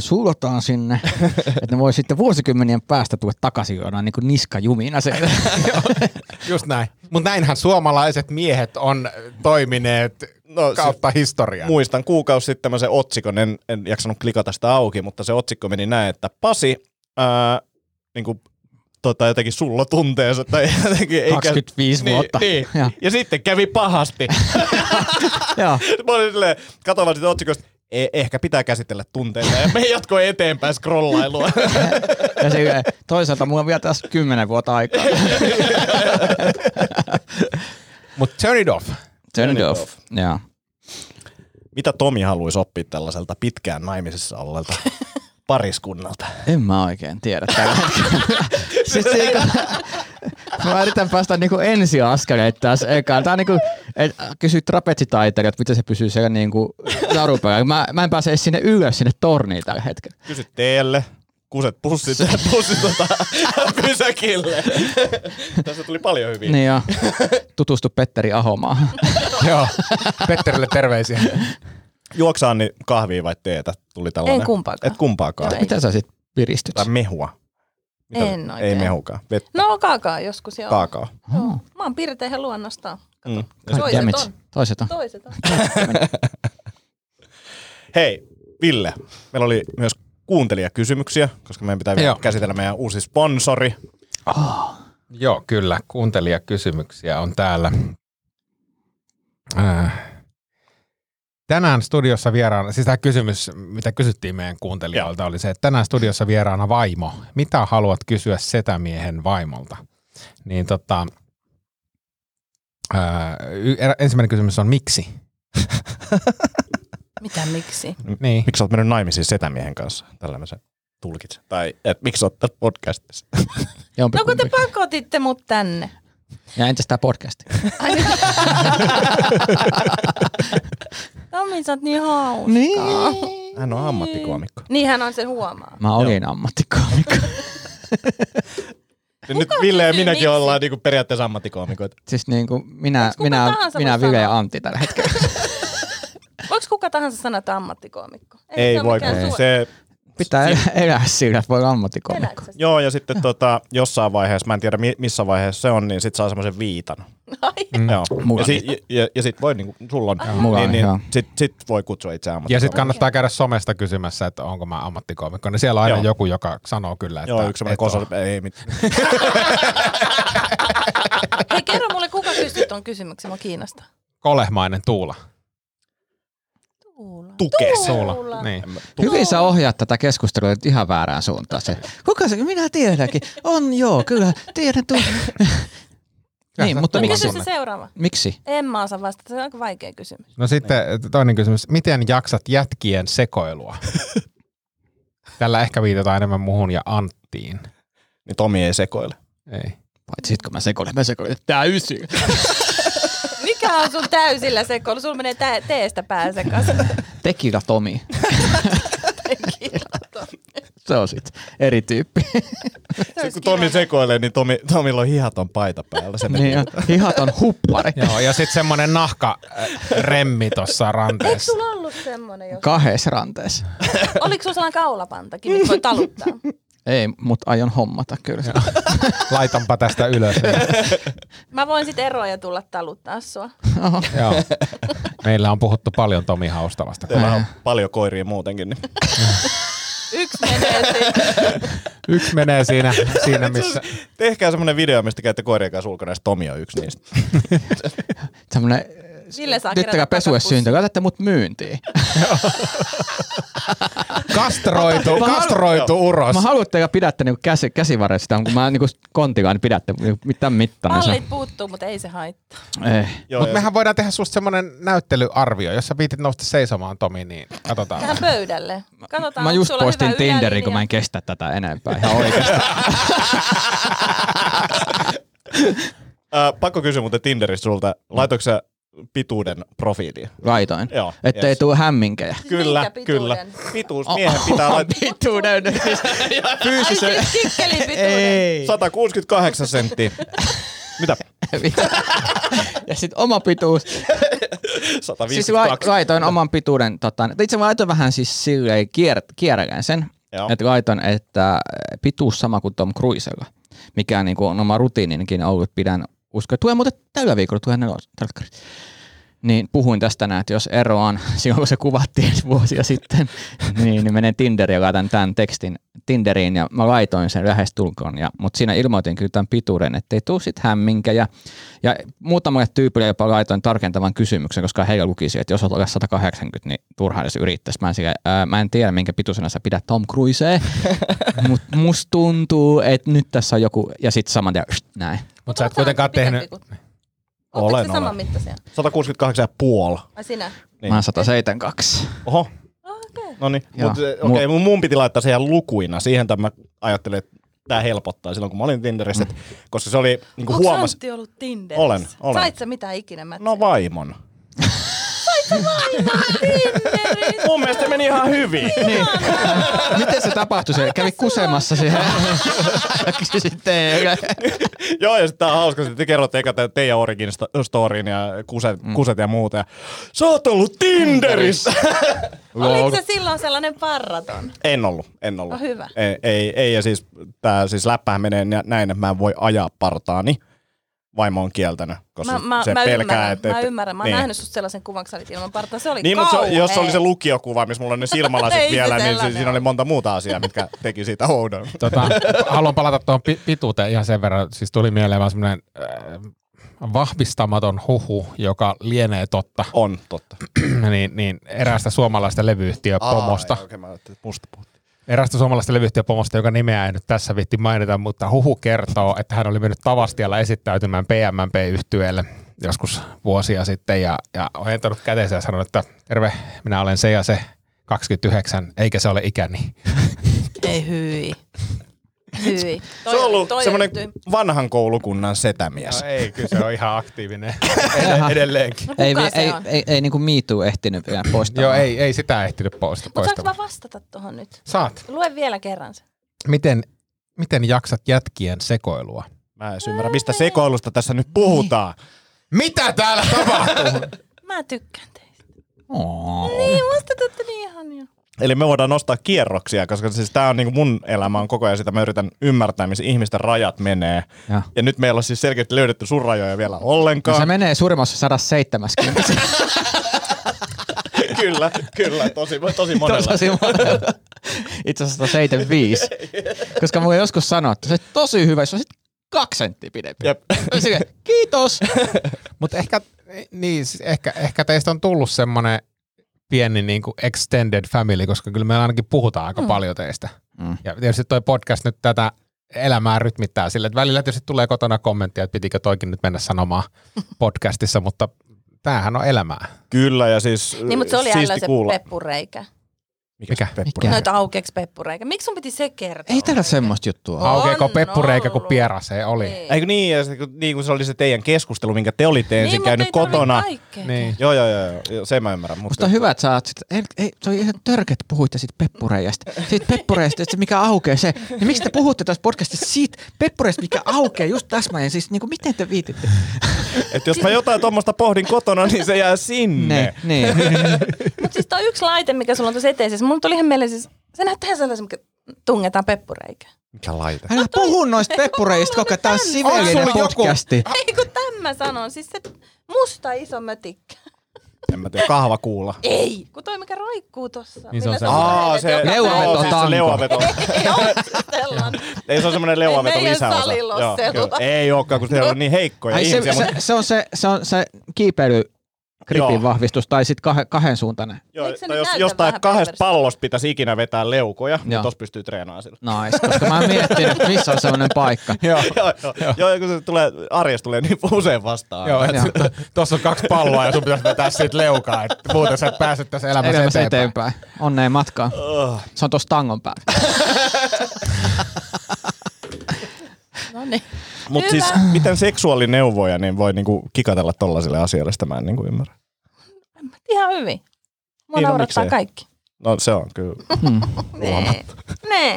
sulotaan sinne, että ne voi sitten vuosikymmenien päästä tulla takaisin jonain niin kuin niskajumina sieltä. Just näin. Mutta näinhän suomalaiset miehet on toimineet No, no, siis kautta historiaa. Muistan kuukausi sitten tämmöisen otsikon, en, en jaksanut klikata sitä auki, mutta se otsikko meni näin, että Pasi ää, niin kuin, tota, jotenkin sullo tunteensa. Tai jotenkin, ei käy- 25 vuotta. Niin, Ja. niin. ja sitten kävi pahasti. Joo. Mä olin silleen, katsoin vaan sitä otsikosta, e- ehkä pitää käsitellä tunteita ja me jatkoi eteenpäin scrollailua. Ja se, toisaalta mulla on vielä taas 10 vuotta aikaa. Mutta turn it off. Turn it off. Joo. Mitä Tomi haluaisi oppia tällaiselta pitkään naimisissa olleelta pariskunnalta? En mä oikein tiedä tällä hetkellä. siis siitä, mä yritän päästä niinku ensiaskeleet tässä ekaan. Tää on niinku, et, kysy trapetsitaiteilijat, miten se pysyy siellä niinku narun päällä. Mä, mä en pääse edes sinne ylös sinne torniin tällä hetkellä. Kysy teelle, kuset pussit, pussit tota, pysäkille. Tässä tuli paljon hyviä. Niin joo. Tutustu Petteri Ahomaan. Joo. Petterille terveisiä. Juoksaan niin kahvia vai teetä tuli tällainen. En kumpaakaan. Et kumpaakaan. Joo, ei. Miten sä sit piristyt? Tai mehua. En Ei oikein. mehukaan. Vettä, No kaakaa joskus joo. kaakaa. Joo. Hmm. Mä oon pirteihin luonnostaan. Mm. God damn it. Toiset on. Toiset on. Toiset on. Hei, Ville, meillä oli myös kuuntelijakysymyksiä, koska meidän pitää vielä Joo. käsitellä meidän uusi sponsori. Joo, kyllä. Kuuntelijakysymyksiä on täällä. Äh. Tänään studiossa vieraana, siis tämä kysymys, mitä kysyttiin meidän kuuntelijoilta, oli se, että tänään studiossa vieraana vaimo. Mitä haluat kysyä setämiehen vaimolta? Niin tota, ää, y- erä- ensimmäinen kysymys on miksi? Mitä miksi? Niin. Miksi olet mennyt naimisiin setämiehen kanssa? Tällä mä sen tulkitsen. Tai et, miksi olet tässä podcastissa? Jompi No kun te kumpi. pakotitte mut tänne. Ja entäs tää podcast? Ai. Tommi, sä oot niin hauska. Hän on ammattikuomikko. Niin hän on sen huomaa. Mä olin ammattikoomikko. Niin nyt Ville ja kysyy minäkin miksi? ollaan niinku periaatteessa ammattikuomikoita. Siis niinku minä, kuka minä, tahansa minä voi Ville sanoa? ja Antti tällä hetkellä. Voiko kuka tahansa sanoa, että ammattikoomikko? Ei se ole voi, mikään kun suo- se Pitää elää, elää sillä, voi olla ammattikomikko. Eläätkö sä? Joo, ja sitten tota, jossain vaiheessa, mä en tiedä mi- missä vaiheessa se on, niin sit saa semmoisen viitan. Ai, Mm. Joo. Mm. Mulla ja, si- ja, ja, ja sit voi, niinku, sulla on, Ah. Mulla niin, on, niin joo. sit, sit voi kutsua itse Ja sitten ammattikomikoksi. kannattaa käydä somesta kysymässä, että onko mä ammattikoomikko. Niin siellä on aina Joo. joku, joka sanoo kyllä, että... Joo, yksi semmoinen et oo. kosa, ei mitään. hei kerro mulle, kuka kysyi tuon kysymyksen, mua kiinnostaa. Kolehmainen Tuula. Tuula. Tukes. Tuula. Niin. Hyvin sä ohjaat tätä keskustelua nyt ihan väärään suuntaan. Se, kuka se? Minä tiedänkin. On joo, kyllä. Tiedän tuon. niin, sä mutta Tuulan miksi? Kysy tunne. se seuraava. Miksi? En mä osaa vastata, se on aika vaikea kysymys. No Niin. sitten toinen kysymys. Miten jaksat jätkien sekoilua? Tällä ehkä viitataan enemmän muhun ja Anttiin. Niin Tomi ei sekoile. Ei. Paitsi sit kun mä sekoilen, mä sekoilen. Tää ysi. Mikä on sun täysillä sekoilu? Sulla menee tä- teestä pää sekaisin. Tekila Tomi. Kiitos. Se on sit eri tyyppi. Sitten kun Tomi sekoilee, niin Tomi, Tomilla on hihaton paita päällä. Se niin, niin ja hihat on huppari. Joo, ja sitten semmoinen nahkaremmi tuossa Eikö äh, ranteessa. sulla ollut semmonen jos? Kahdessa ranteessa. Oliko sulla sellainen kaulapantakin, mitä voi taluttaa? Ei, mut aion hommata kyllä. Laitanpa tästä ylös. Mä voin sit eroa ja tulla taluttaa sua. Oho. Joo. Meillä on puhuttu paljon Tomi Haustalasta. Teillä Äh. on paljon koiria muutenkin. Niin. Yksi menee sinne. Yksi menee siinä, siinä missä... Tehkää semmoinen video, mistä käytte koirien kanssa ulkona, jos Tomi on yksi niistä. Tämmönen, Sille saa tyttäkää kerätä pesue takapussi. syntyä, laitatte mut myyntiin. Kastroitu, Mä haluan- kastroitu uros. Mä haluan, että teillä pidätte niinku käsi, käsivarrella sitä, kun mä niinku kontilla, niin pidätte niinku mitään mittainen. Se, Mallit puuttuu, mutta ei se haittaa. ei. Joo, Mutta ja mehän voidaan tehdä susta semmoinen näyttelyarvio, jos sä viitit nousta seisomaan Tomi, niin katsotaan. Tähän pöydälle. Katsotaan, Mä onko just sulla poistin hyvä Tinderin, kun ylälinja. mä en kestä tätä enempää ihan oikeasti. Ää, pakko kysyä muuten Tinderistä sulta, laitoitko sä pituuden profiiliin? Laitoin. Joo, Ettei jes. tuu hämminkejä. Siis Kyllä, minkä pituuden? kyllä. Pituus, Oh, miehen oh, pitää laittaa Pituuden. Ai fyysisen siis kikkelin pituuden. Niin. Ei. 168 senttiä. Mitä? Ja sit oma pituus. Siis lai- 152. laitoin oman pituuden. Tota, itse mä laitoin vähän siis silleen kier, kierrelleen sen. Joo. Että laitoin, että pituus sama kuin Tom Cruisella. Mikä niinku on oma rutiininkin ollut. Pidän uskoa. Tulee muuten tällä viikolla tulee nelos. telkkarit. Niin puhuin tästä näin, että jos eroan silloin kun se kuvattiin vuosia sitten, niin, niin menen Tinderiin ja laitan tämän tekstin Tinderiin ja mä laitoin sen lähestulkoon. Ja, mutta siinä ilmoitin kyllä tämän pituuden, ettei tuu sit hämminkä. Ja, ja muutamalle tyypille jopa laitoin tarkentavan kysymyksen, koska heillä lukisi, että jos olet alle 180, niin turhaan jos yrittäisi. Mä en, sille, ää, mä en tiedä, minkä pituisena sä pidät Tom Cruisea, mutta musta tuntuu, että nyt tässä on joku, ja sitten saman tien näin. Mutta sä et kuitenkaan Mikä tehnyt... pikut? Olen, Oletteko te olen. saman mittaisia? 168,5. Ai sinä? Niin. Mä oon 172. Oho, Okei. no niin. Joo. Mutta okei, mun, mun piti laittaa se ihan lukuina. Siihen tämän mä ajattelin, että tämä helpottaa silloin, kun mä olin Tinderissä. et- Koska se oli, niin kuin Onko huomas... Antti ollut Tinderissä? Olen, olen. Sait sä mitä ikinä mä No vaimon. Mun mielestä se meni ihan hyvin. Miten se tapahtui? Se kävi kusemassa siihen. Sitten Joo, ja sitten tää on hauska, että te kerrotte eka tämän teidän origin sto- storin ja kuset, kuset ja muuta. Ja, sä oot ollut Mm. Tinderissä! Oliko se silloin sellainen parraton? en ollut, en ollut. No hyvä. Ei, ei, ei ja siis, tää siis läppähän menee nä- näin, että mä en voi ajaa partaani. Vaimo on kieltänyt, koska Mä, mä, se mä, pelkää, ymmärrän, että... mä ymmärrän. Mä oon niin. nähnyt sut sellaisen kuvan, kun sä olit ilman partaa. Se oli Niin, mutta se, kauhea. jos se oli se lukiokuva, missä mulla on ne silmälasit Ei se vielä, niin se, sellainen siinä oli monta muuta asiaa, mitkä teki siitä oudon. Tota, haluan palata tuohon pi- pituuteen ihan sen verran. Siis tuli mieleen vaan semmoinen äh, vahvistamaton huhu, joka lienee totta. On, totta. niin, niin eräästä suomalaista levyyhtiö Pomosta. Ai, Okei, mä ajattelin, että musta puhuttiin. Erästä suomalaista levyyhtiöpomosta, joka nimeä ei nyt tässä viitti mainita, mutta huhu kertoo, että hän oli mennyt Tavastialla esittäytymään PMMP-yhtyeelle joskus vuosia sitten ja, ja ojentanut käteensä ja sanonut, että terve, minä olen se ja se 29, eikä se ole ikäni. Ei hyi. Hyi. Toi Se on ollut toi semmoinen oli ty- vanhan koulukunnan setämies. ei, kyllä se on ihan aktiivinen. edelleenkin. ei, No ei, kuka se ei, on? ei, ei niinku Me Too ehtinyt vielä poistaa. Joo, ei, ei sitä ehtinyt poista, Mutta saanko poistamaan. mä vastata tuohon nyt? Saat. Lue vielä kerran se. Miten, miten jaksat jätkien sekoilua? Mä en ymmärrä, mistä sekoilusta tässä nyt puhutaan. Niin. Mitä täällä tapahtuu? Mä tykkään teistä. Oh. Niin, musta te olette niin ihania. Eli me voidaan nostaa kierroksia, koska siis tämä on niinku mun elämä on koko ajan sitä, mä yritän ymmärtää, missä ihmisten rajat menee. Ja. Ja nyt meillä on siis selkeästi löydetty sun rajoja vielä No, se ollenkaan. menee suurimmassa 170. kyllä, kyllä, tosi, tosi monella. tosi monella. Itse asiassa 175. Koska mulle joskus sanottu, että se on tosi hyvä, se on sitten kaksi senttiä pidempi. Jep. Mä silleen, Kiitos. Mutta ehkä, niin, siis ehkä, ehkä teistä on tullut semmoinen pieni niin kuin extended family, koska kyllä me ainakin puhutaan aika mm. paljon teistä. Mm. Mm. Ja tietysti toi podcast nyt tätä elämää rytmittää sille, että välillä tietysti tulee kotona kommenttia, että pitikö toikin nyt mennä sanomaan podcastissa, mutta tämähän on elämää. Kyllä, ja siis Niin, mutta se oli siisti ällä se No, kuulla. peppureikä. Mikä? Peppuri? Noita aukeeks peppureikä. Miksi sun piti se kertoa? Ei teillä semmoista juttua On ole. Aukeeko peppureikä, kun ollut. pierasee oli? Niin. Eikö niin, ja se, niin kuin se oli se teidän keskustelu, minkä te olitte ensin niin, niin, käynyt mutta ei tarvi kotona. kaikkea. Niin. Joo, joo, joo, joo, se mä ymmärrän. Mutta Musta on hyvä, että sä oot sit, ei, ei, se oli ihan törkeet, että puhuitte siitä peppureijasta. Siitä peppureijasta, että se mikä aukeaa se. Niin miksi te puhutte tässä podcastissa siitä peppureista, mikä aukeaa just täsmälleen? Siis niin kuin, miten te viititte? Et jos mä jotain tuommoista pohdin kotona, niin se jää sinne. Ne, Ne. niin. Mutta siis toi yksi laite, mikä sulla on tuossa eteisessä, mun tuli ihan mieleen siis, se näyttää ihan sellaisen, mikä tungetaan peppureikä. Mikä laite? Älä puhu noista peppureista, Mulla on koska tää on tänne. sivellinen Onks sulla joku- podcasti. Ei kun tämän mä sanon, siis se musta iso mötikkä. En mä tiedä, kahvakuulla. Ei, kun toi mikä roikkuu tossa. Niin se on Millä sellainen. sä Aa, urheilet se joka Leuaveto joo, päivä. siis tanko. se leuaveto. Ei, on se sellainen. Ei se on semmoinen leuaveto Ei meidän lisäosa. salilla ole Joo, sellaista. kyllä. Ei olekaan, kun siellä on niin heikkoja Ai se, ihmisiä. se, mutta- se, on se, se on se kiipeily Joo. gripin vahvistus tai sitten kah, kahden suuntainen. Joo, Eikö se tai nyt jos näytä jostain vähän kahdesta perversiltä? pallosta pitäisi ikinä vetää leukoja, niin Joo. tossa pystyy treenaamaan sillä. Nice, koska mä oon miettinyt, että missä on semmoinen paikka. Joo, joo, joo. joo, kun se tulee, arjessa tulee niin usein vastaan. Joo, Joo. että tuossa on kaksi palloa ja sun pitäisi vetää siitä leukaa, että muuten sä et pääse tässä elämässä Elämässä eteenpäin. eteenpäin. eteenpäin. Onneen matkaan. Se on tuossa tangon päällä. No niin. Mutta Hyvä. siis miten seksuaalineuvoja niin voi niinku kikatella tollasille asioille, sitä mä en niinku ymmärrä. Ihan hyvin. Mua Niin, no naurattaa miksei. kaikki. No se on kyllä. Nee. Nee.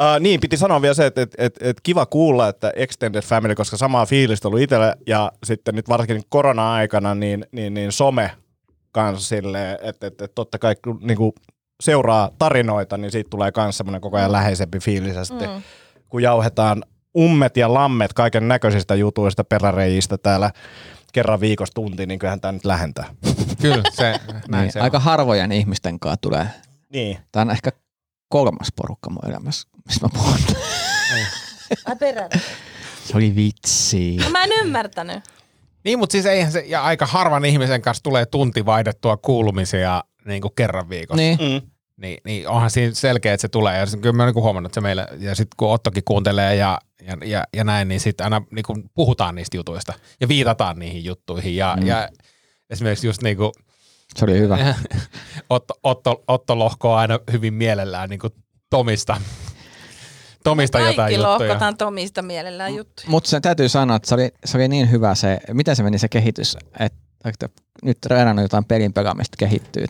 Uh, niin, piti sanoa vielä se, että et, et, et kiva kuulla, että Extended Family, koska samaa fiilistä ollut itsellä ja sitten nyt varsinkin korona-aikana, niin, niin, niin some kanssa silleen, että et, et totta kai kun niinku seuraa tarinoita, niin siitä tulee myös semmoinen koko ajan läheisempi fiilis ja sitten mm. kun jauhetaan ummet ja lammet kaiken näköisistä jutuista, peräreijistä täällä kerran viikossa tunti, niin kyllähän tämä nyt lähentää. Kyllä, se, näin Niin, se aika harvojen ihmisten kanssa tulee. Niin. Tämä on ehkä kolmas porukka mun elämässä, missä mä puhun. Ai perään. No, Se oli vitsi. Mä en ymmärtänyt. Niin, mutta siis eihän se, ja aika harvan ihmisen kanssa tulee tunti vaihdettua kuulumisia niin kuin kerran viikossa. Niin. Niin. Mm. Niin, niin, onhan siinä selkeä, että se tulee. Ja sit kyllä mä oon niin huomannut, että se meillä, ja sitten kun Ottokin kuuntelee ja, ja, ja, ja näin, niin sitten aina niin kuin puhutaan niistä jutuista ja viitataan niihin juttuihin. Ja, mm. ja esimerkiksi just niin kuin Se oli hyvä. Otto, Otto, Otto lohkoo aina hyvin mielellään niin kuin Tomista. Tomista jotain Kaikki juttuja. lohkotaan Tomista mielellään juttuja. Mutta se täytyy sanoa, että se oli, se oli niin hyvä se, miten se meni se kehitys, että että nyt treenannut jotain pelin pelaamista kehittyy.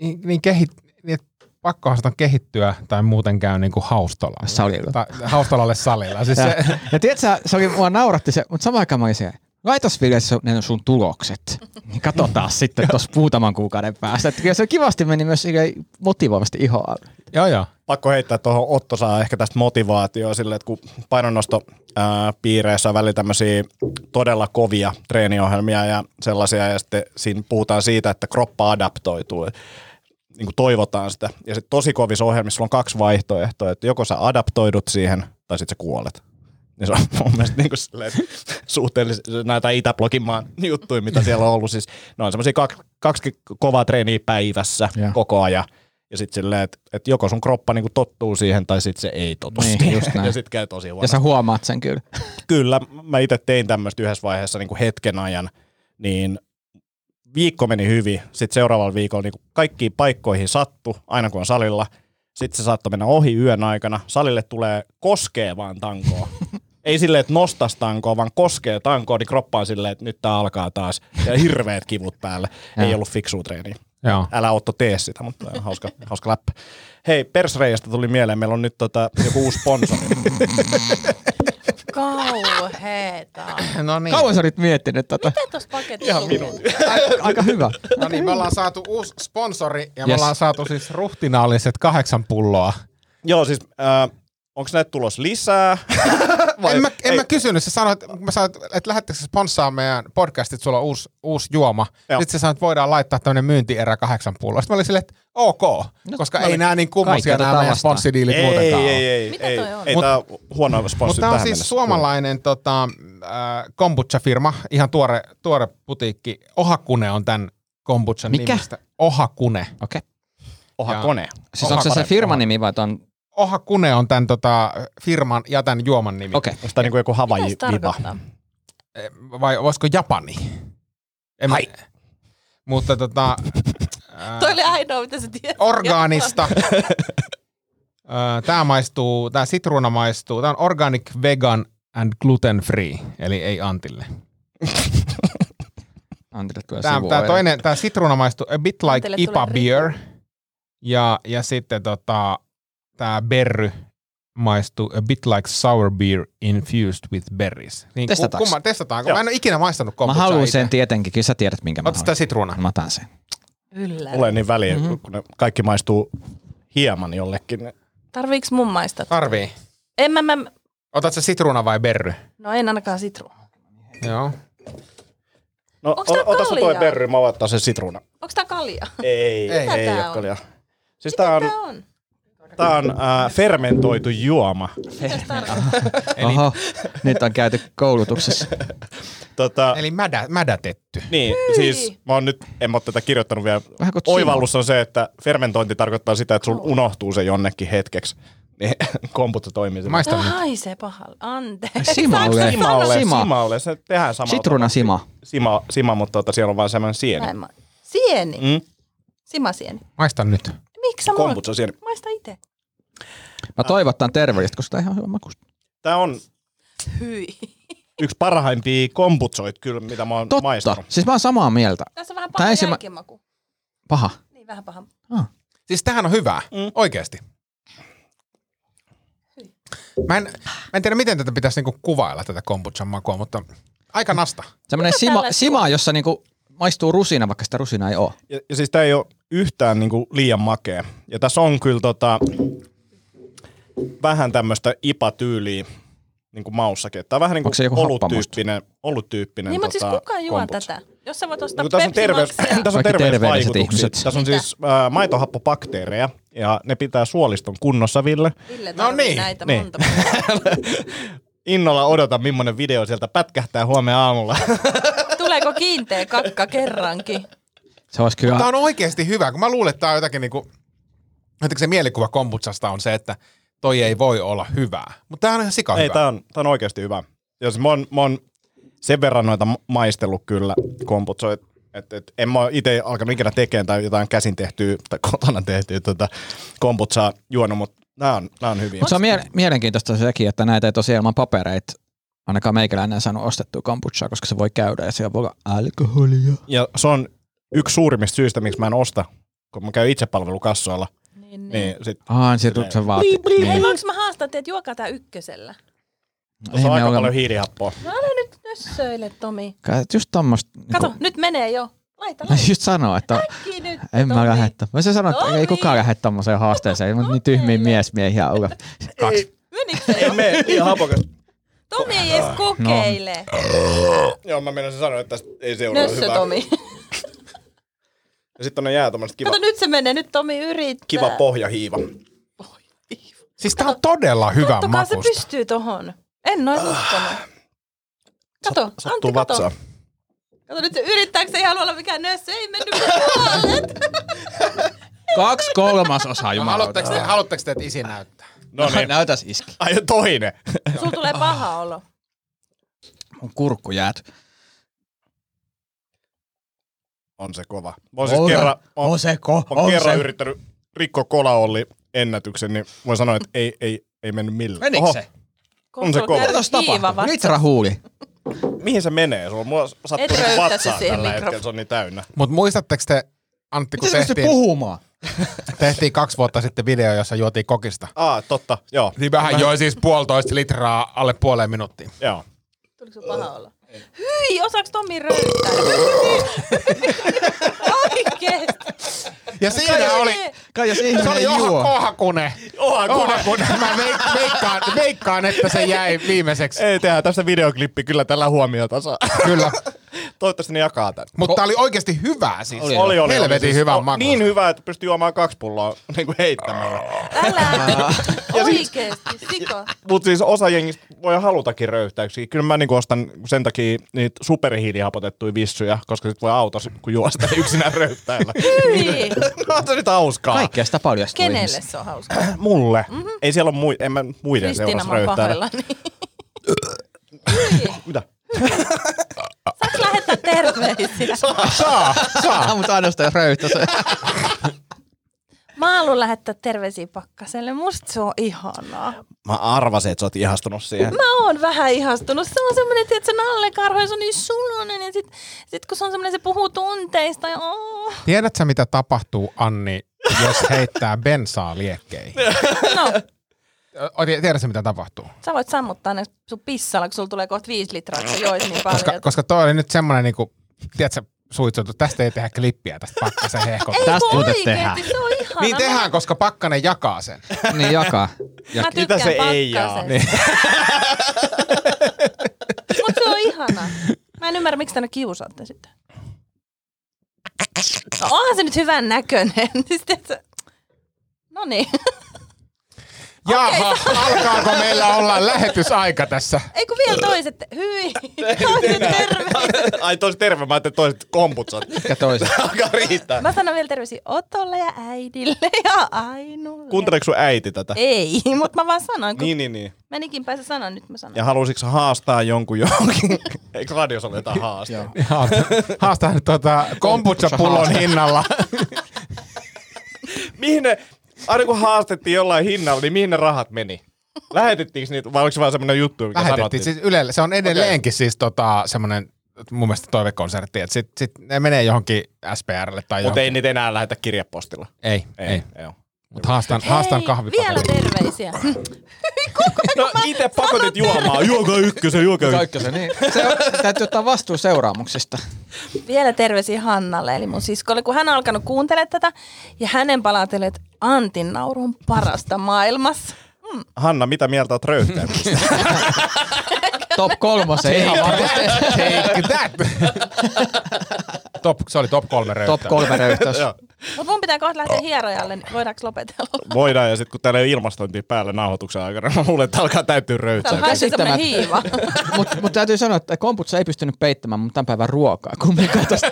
niin, niin, kehit, niin et pakkohan sitä on kehittyä tai muuten käy niin kuin haustolalla. Salilla. Tai, haustolalle salilla. Siis Ja, se, ja tiedätkö, se oli, mua nauratti se, mutta samaan aikaan mä olin siellä, laitas Ville sun- ne sun tulokset, niin katsotaan sitten tuossa muutaman kuukauden päästä. Että kyllä se kivasti meni myös silleen motivoivasti ihoa. joo, joo. pakko heittää tuohon, Otto saa ehkä tästä motivaatioa sille, että kun painonnosto ää, piireissä on välillä tämmöisiä todella kovia treeniohjelmia ja sellaisia, ja sitten siinä puhutaan siitä, että kroppa adaptoituu, Et niin kuin toivotaan sitä. Ja sitten tosi kovissa ohjelmissa sulla on kaksi vaihtoehtoa, että joko sä adaptoidut siihen, tai sitten sä kuolet. Niin se on mun mielestä niin kuin silleen, että suhteellisesti näitä Itäblogin maan juttuja, mitä siellä on ollut. Siis, ne on semmoisia kaksi, kaksi kovaa treeniä päivässä Joo. koko ajan. Ja sitten silleen, että et joko sun kroppa niinku tottuu siihen tai sitten se ei totu Niin, siihen. just näin. Ja sitten käy tosi Ja huonosti. sä huomaat sen kyllä. Kyllä, mä itse tein tämmöistä yhdessä vaiheessa niinku hetken ajan, niin viikko meni hyvin. Sitten seuraavalla viikolla niinku kaikkiin paikkoihin sattu, aina kun on salilla. Sitten se saattoi mennä ohi yön aikana. Salille tulee koskee vaan tankoa. Ei silleen, että nostas tankoa, vaan koskee tankoa, niin kroppa on silleen, että nyt tää alkaa taas. Ja hirveät kivut päälle. Ei ollut fiksua treeniä joo. älä Otto tee sitä, mutta tämä on hauska, hauska läppä. Hei, Persreijasta tuli mieleen, meillä on nyt tota, joku uusi sponsori. Kauheeta. No niin. Kauan sä olit miettinyt tätä? Mitä tuossa paketissa lukee? Aika, aika hyvä. No niin, me ollaan saatu uusi sponsori ja yes. me Yes. ollaan saatu siis ruhtinaalliset kahdeksan pulloa. Joo, siis äh, onko näitä tulos lisää? Vai- en mä, en ei, mä kysynyt, sä sanoit, mä sanoin, että lähettekö sä sponssaamaan meidän podcastit, sulla on uusi, uusi juoma. Joo. Joo. Sitten sä sanoit, että voidaan laittaa tämmöinen myyntierä kahdeksan pulloa. Sitten mä olin silleen, että ok, No, koska mä ei olin- nämä niin kummosia kaikki nämä otetaan meidän vastaan. sponssidiilit ei, ei, muutenkaan ole. ei, ei, Mitä ei, toi on? ei Mut- tää huono sponssi Mutta tämä on tähän siis mennessä. suomalainen tota, äh, kombucha-firma, ihan tuore, tuore putiikki. Ohakune on tämän kombuchan Mikä? nimistä. Ohakune. Okei. Oha Ja- kone. Siis onko se se parempi, firman oha. nimi vai ton? Ohakune on tämän tota, firman ja tämän juoman nimi. Okei. Onko tää niinku joku Mitä se Havaji-viba? tarkoittaa? Eh, Vai olisiko Japani? En mä- Hai. Mutta tota... äh, Toi oli ainoa, mitä sä tiedät. orgaanista. tämä Äh, maistuu, tämä sitruuna maistuu. Tämä on organic, vegan and gluten free, eli ei Antille. Antille tulee Tämä, sivuoire. tämä toinen, tämä sitruuna maistuu a bit like Antille IPA tulee beer. Ja, ja sitten tota, tämä berry maistuu a bit like sour beer infused with berries. Niin, Testataanko? Kumma, testataan, kun Joo. mä en ole ikinä maistanut Mä kombuchaa haluan itse. sen tietenkin, kyllä sä tiedät minkä mä Ota sitä haluan. sitruuna. Mä otan sen. Kyllä. Tulee niin väliä, Mhm. mm-hmm. kun ne kaikki maistuu hieman jollekin. Tarviiks mun maistaa? Tarvii. En mä, mä, Otat se sitruuna vai berry? no en ainakaan sitruun. Joo. No, Onks tää o- ota se toi kaljaa? berry, mä ottaa sen sitruuna. Onks tää kalja? Ei, ei, Mitä ei tää ole on? kaljaa. Siis tää on, Tää on. tää on äh, fermentoitu juoma. Mitä se tarkoittaa? Oho, nyt on käyty koulutuksessa. Tota, Eli mädä, mädätetty. Niin, siis mä oon nyt, en mä oo tätä kirjoittanut vielä. Vähän kuin Oivallus on se, että fermentointi tarkoittaa sitä, että Oh. sun unohtuu se jonnekin hetkeksi. Niin komputta toimii sen. Maista Tää nyt. haisee pahalle. Anteeksi. Simalle. Simalle, Sima. sima. simalle, se tehdään samalla. Sitruuna sima. Sima, sima mutta tota, siellä on vaan semmoinen sieni. Näin mä- Sieni. Mm? Simasieni. Maista nyt. Miksi sä mulla? Komputsa sieni. Maista itse. Mä toivotan terveellistä, koska tää on ihan hyvä makusta. Tää on Hyi. yksi parhaimpia komputsoit kyllä, mitä mä oon Totta. maistanut. Siis mä oon samaa mieltä. Tässä on vähän Tää paha ensimmä- jälkimaku. Paha. Niin, vähän paha. Siis tämähän on hyvää, mm. oikeasti. Mä en, mä en tiedä, miten tätä pitäisi niinku kuvailla, tätä kombuchan makua, mutta aika nasta. Semmoinen sima, tällä- sima, jossa niinku maistuu rusina, vaikka sitä rusina ei oo. Ja, ja siis tää ei ole yhtään niinku liian makea. Ja tässä on kyllä tota, vähän tämmöistä ipatyyliä niinku maussakin. Tää on vähän niinku Onko se joku oluttyyppinen, oluttyyppinen Niin, mutta tota, siis kuka juo kombucha. tätä? Jos sä voit ostaa Niin, kun tässä on, Pepsi terveys, Maxia. tässä on Kaikki terveelliset terveysvaikutuksia. ihmiset. Tässä on Mitä? siis äh, maitohappobakteereja ja ne pitää suoliston kunnossa, Ville. Ville No no niin, niin, näitä niin. niin. monta. päivää. Innolla odotan, millainen video sieltä pätkähtää huomenna aamulla. Tuleeko kiinteä kakka kerrankin? Se olisi Tää kyllä... on oikeasti hyvä, kun mä luulen, että tää on jotakin niinku, jotenkin se mielikuva kombuchasta on se, että toi ei voi olla hyvää. Mutta tää on ihan sika Ei, hyvä. tää on, tää on oikeasti hyvä. Ja siis mä oon, mä oon sen verran noita ma- maistellut kyllä komputsoit. Et, et, en mä itse alkanut ikinä tekemään tai jotain käsin tehtyä tai kotona tehtyä tota komputsaa juonut, mutta nämä on, nää on hyviä. Mutta se on mie- mielenkiintoista sekin, että näitä ei tosiaan ilman papereita ainakaan meikäläinen saanut ostettua kombuchaa, koska se voi käydä ja siellä voi olla alkoholia. Ja se on yksi suurimmista syistä, miksi mä en osta, kun mä käyn itsepalvelukassoilla. Niin, niin. Niin sit Ah, se tulee se vaati. Hei, Niin. voinko mä haastaa teidät juokaa tää ykkösellä? tuossa me on aika olla- paljon hiilihappoa. No älä nyt nössöile, Tomi. Ka- Just tommoista... Kato, niinku- nyt menee jo. Laita, Mä laita. just sanoa, että Äkkiä nyt, en mä Tomi. lähde. to- Mä se sanoin, että ei Tomi. kukaan lähde tommoseen haasteeseen. Mä niin tyhmiä miesmiehiä olla. Kaksi. Menikö se jo? Me, ihan hapokas. Tomi ei edes No, kokeile. Joo, mä menen sanoa, että tästä ei seuraa Nössö hyvää. Tomi. Ja sitten on jää tommoset kiva, Kato, nyt se menee. Nyt Tomi yrittää. kiva pohjahiiva. Siis tää on todella hyvä Kattokaa, se makusta. pystyy tohon. En noin uskonut. Kato, Antti, Ah. Sattuu kato. vatsaa. Kato nyt, se yrittääkö se ei halua olla mikään nössö? Ei mennyt puolet. Kaksi kolmasosaa, No, jumalauta. haluatteko, te, haluatteko te, että isi näyttää? No niin. Näytäs iski. Ai toinen. Sulla tulee paha olo. Mun kurkku jääty. On se kova. Mä oon siis kerran, mä oon, on se ko, mä oon on kerran se. yrittänyt rikko kola Olli ennätyksen, niin voin sanoa, että ei, ei, ei mennyt millään. Menikö se? On se kova. Mitä Kerros tos tapahtuu? Litra huuli. mihin se menee? Sulla mulla Et sattuu röyhtä vatsaa se siihen tällä mikrof- hetkellä, se on niin täynnä. Mutta muistatteko te, Antti, kun Miten se pystyy tehtiin, puhumaan? tehtiin kaksi vuotta sitten video, jossa juotiin kokista. Aa, totta, joo. Niin vähän joi siis puolitoista litraa alle puoleen minuuttiin. Joo. Tuliko sun paha olo? Hyi, osaako Tommi röyttää? Oikeesti. Ja siinä oli, Kai jos se oli ihminen Juha juo. Kohakune. Oha, kun... Kohakune. Mä veik- veikkaan, veikkaan, että se jäi viimeiseksi. Ei tehdä tästä videoklippi kyllä tällä huomiota saa. Kyllä. Toivottavasti ne jakaa tän. Mutta tää oli oikeasti hyvää siis. Oli. Helvetin hyvän on makuista. Niin hyvä, että pystyy juomaan kaksi pulloa niin kuin heittämällä. Ah. Älä. Oikeesti, siko. Mutta siis osa jengistä voi halutakin röyhtäyksiä. Kyllä mä niinku ostan sen takia niitä superhiilihapotettuja vissyjä, koska sit voi autossa kun juosta yksinään röyhtäillä. Hyi. no on se nyt hauskaa. Kaikkea sitä paljastuu. Kenelle ihmisille. se on hauska? Mulle. Mm-hmm. Ei siellä ole mui- en mä muiden Mhm. Kristiina, seurassa mä oon röyhtäillä. pahoillani. Mitä? Saanko lähettää terveisiä? Saa! Ah, mutta ainoastaan röyhtä se. Mä haluan lähettää terveisiä pakkaselle. Musta se on ihanaa. Mä arvasin, että sä oot ihastunut siihen. Mä oon vähän ihastunut. Se on semmonen, että se nallekarho ja se on niin sulonen. Ja sit, sit kun se on semmonen, se puhuu tunteista. Ja, oh. Tiedätkö mitä tapahtuu, Anni, jos heittää bensaa liekkeihin? No, O- Tiedätkö mitä tapahtuu? sä voit sammuttaa ne sun pissalla, kun sulla tulee kohta viisi litraa, että sä joit niin paljon. Koska, koska toi oli nyt semmoinen, niinku, tiedätkö, suitsutu, tästä ei tehdä klippiä tästä pakkasen hehkota. Ei Tästä kun muuten oikeesti, tehdään. se on ihana. Niin tehdään, koska pakkanen jakaa sen. Niin jakaa. Mä, mä Mitä tykkään se ei jaa? Niin. pakkasesta. Mut se on ihana. Mä en ymmärrä, miksi tänne kiusaatte sitä. No onhan se nyt hyvän näköinen. Siis tiedätkö- No niin. Jaha, alkaako meillä olla lähetysaika tässä? Ei kun vielä toiset. Hyi. Toiset terve. Ai toiset terve, mä ajattelin toiset komputsat. Ja toiset. Alkaa riittää. Mä sanon vielä terveisiä Otolle ja äidille ja Ainulle. Kuunteleeko sun äiti tätä? Ei, mutta mä vaan sanoin. Kun Niin, niin, niin. Mä nikin pääsen sanoa, nyt mä sanon. Ja halusitko sä haastaa jonkun johonkin? Eikö radiossa ole jotain haastaa? Haastaa nyt tuota kombucha-pullon hinnalla. mihin ne, aina kun haastettiin jollain hinnalla, niin mihin ne rahat meni? Lähetettiinkö niitä, vai oliko se vaan semmoinen juttu, mikä Lähetettiin sanottiin? siis Ylelle. Se on edelleenkin siis tota, semmoinen mun mielestä toivekonsertti, että sit, sit ne menee johonkin SPRlle tai Mutta ei johonkin. niitä enää lähetä kirjepostilla. ei, ei. ei. Joo. Mutta haastan, haastan kahvipaketin. Vielä terveisiä. No itse pakotit juomaan. Juokaa ykkösen, juokaa ykkösen. Kaikki se niin. Se on, täytyy ottaa vastuu seuraamuksista. Vielä terveisiä Hannalle, eli mun siskolle, kun hän on alkanut kuuntelemaan tätä. Ja hänen palauteli, että Antin nauru on parasta maailmassa. Hanna, mitä mieltä oot röyhtäyksistä? Top kolmosen ihan varmasti. Take that! top, se oli top kolme röyhtä. Top kolme röyhtäys. Mutta mun pitää kohta lähteä hierojalle, niin voidaanko lopetella? Voidaan, ja sitten kun täällä ei ole ilmastointia päällä nauhoituksen aikana, mä luulen, että alkaa täytyy Täällä on röyhtäyksiä. kaikki semmoinen Käsittämättä. hiiva. Mutta mut täytyy sanoa, että komputsa ei pystynyt peittämään mun tämän päivän ruokaa kumminkaan tästä.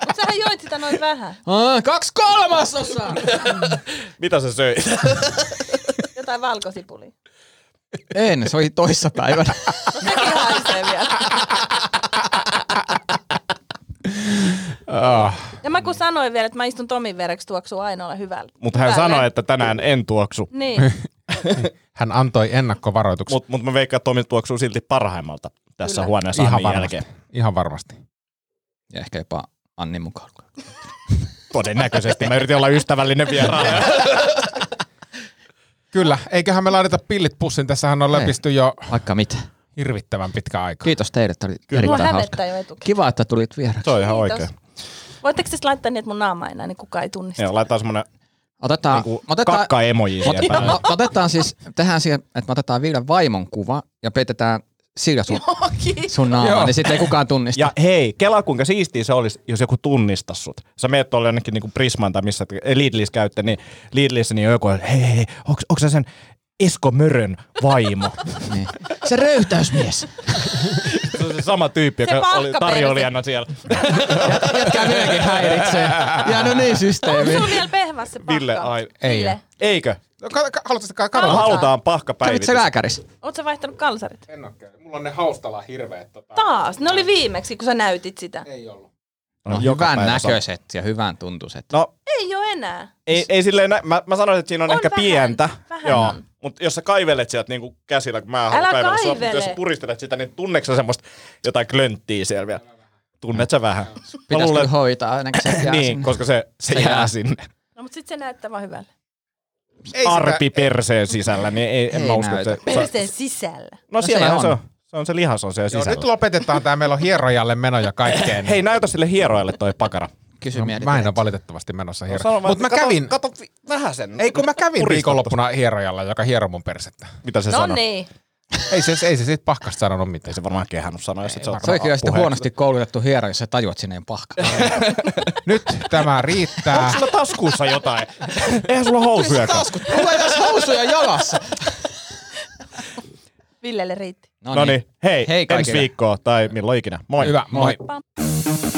Mutta sähän joit sitä noin vähän. Ah, Kaksi kolmasosaa! Mitä sä söit? Jotain No, valkosipulia. En, se oli toissapäivänä. No sekin haisee vielä. Ah. Ja mä kun sanoin vielä, että mä istun Tomin vereksi tuoksuu aina olla hyvällä. Mutta hän hyvälle. sanoi, että tänään en tuoksu. Niin, Hän antoi ennakkovaroituksen. Mutta mut mä veikkaan, että Tomi tuoksuu silti parhaimmalta tässä Kyllä. huoneessa Ihan Annin varmasti. jälkeen. Ihan varmasti. Ja ehkä jopa Anni mukaan. lukien. Todennäköisesti. Mä yritin olla ystävällinen vieraan. Kyllä, eiköhän me laiteta pillit pussin. Tässähän on Niin. Ei. läpisty jo Vaikka mitä. hirvittävän pitkä aika. Kiitos teille, tämä oli mua erittäin hauska. hävettää jo etukäteen. Kiva, että tulit vieraksi. Se on ihan Kiitos. oikein. Voitteko siis laittaa niin, että mun naama ei enää, niin kukaan ei tunnista? Joo, laitetaan semmonen Otetaan, niinku otetaan, kakka-emoji Ot- siihen päälle. o- otetaan siis, tehdään siihen, että me otetaan Viljan vaimon kuva ja peitetään sillä sun, Kiitos. sun naama, niin sitten ei kukaan tunnista. Ja hei, kelaa kuinka siistiä se olisi, jos joku tunnistaisi sut. Sä meet tuolla jonnekin niinku Prisman tai missä eh, Lidlissä käytte, niin Lidlissä niin joku, on, hei hei, hei onks, onks sä sen Esko Mörön vaimo? Niin. Se röyhtäysmies. se on se sama tyyppi, Se joka oli palkkaperse. tarjoilijana siellä. Jätkä myöskin häiritsee. Ja no niin, Onko systeemi. sulla vielä pehmässä se pakka? Ville ai- Ei Ville, oo. Eikö? No, ka- ka- haluatko sitä Me karoa? Halutaan. halutaan Kävit pahkapäivitys. se lääkäris? oot sä vaihtanut kalsarit? En oo käynyt. Mulla on ne haustalla hirveet. Tota... Taas, ne oli viimeksi, kun sä näytit sitä. Ei ollut. No, joka hyvän päivä näköiset ja hyvän tuntuiset. No, Ei oo enää. ei, ei silleen, nä- mä, mä sanoisin, että siinä on, Siis- On ehkä vähän, pientä. vähän Joo. on. Mutta jos sä kaivelet sieltä niinku käsillä, kun mä haluan Älä kaivella sua, kaivele. mutta jos sä puristelet sitä, niin tunneeko sä semmoista jotain klönttiä siellä vielä? Tunnet sä vähän? Mä Pitäisi luulen, kyllä hoitaa ennen kuin se jää niin, sinne. koska se, se, Se jää, jää. sinne. No mut sit se näyttää vaan hyvälle. Ei Arpi perseen sisällä, niin ei, en Ei mä usko, näytä. että se... Perseen sisällä. No se siellä se on. on. Se on se lihas on siellä Joo, nyt sisällä. lopetetaan tämä, meillä on hierojalle meno ja kaikkeen. Hei, näytä sille hieroille toi pakara. Kysy no, no, mä en ole valitettavasti menossa No, Sano hierojalle. vaan, Mutta mä että kato- kävin, Kato vi- vähän sen. ei kun mä kävin Puristat viikonloppuna hierojalla, joka hiero mun persettä. tosta. Mitä se No sanoi? niin. Ei se, ei se siitä pahkasta sanonut mitään. Ei se varmaan kehannut sanoa, jos et sä oot Se oli kyllä sitten puheen- huonosti koulutettu hiero, jos sä tajuat sinne ei ole pahka. Nyt tämä riittää. Onko sulla taskuussa jotain? Eihän sulla housujakaan. Mulla ei edes housuja jalassa. Villelle riitti. No niin, hei, Hei hei ensi kaikille. viikkoa tai milloin ikinä. Moi. Hyvä, moi.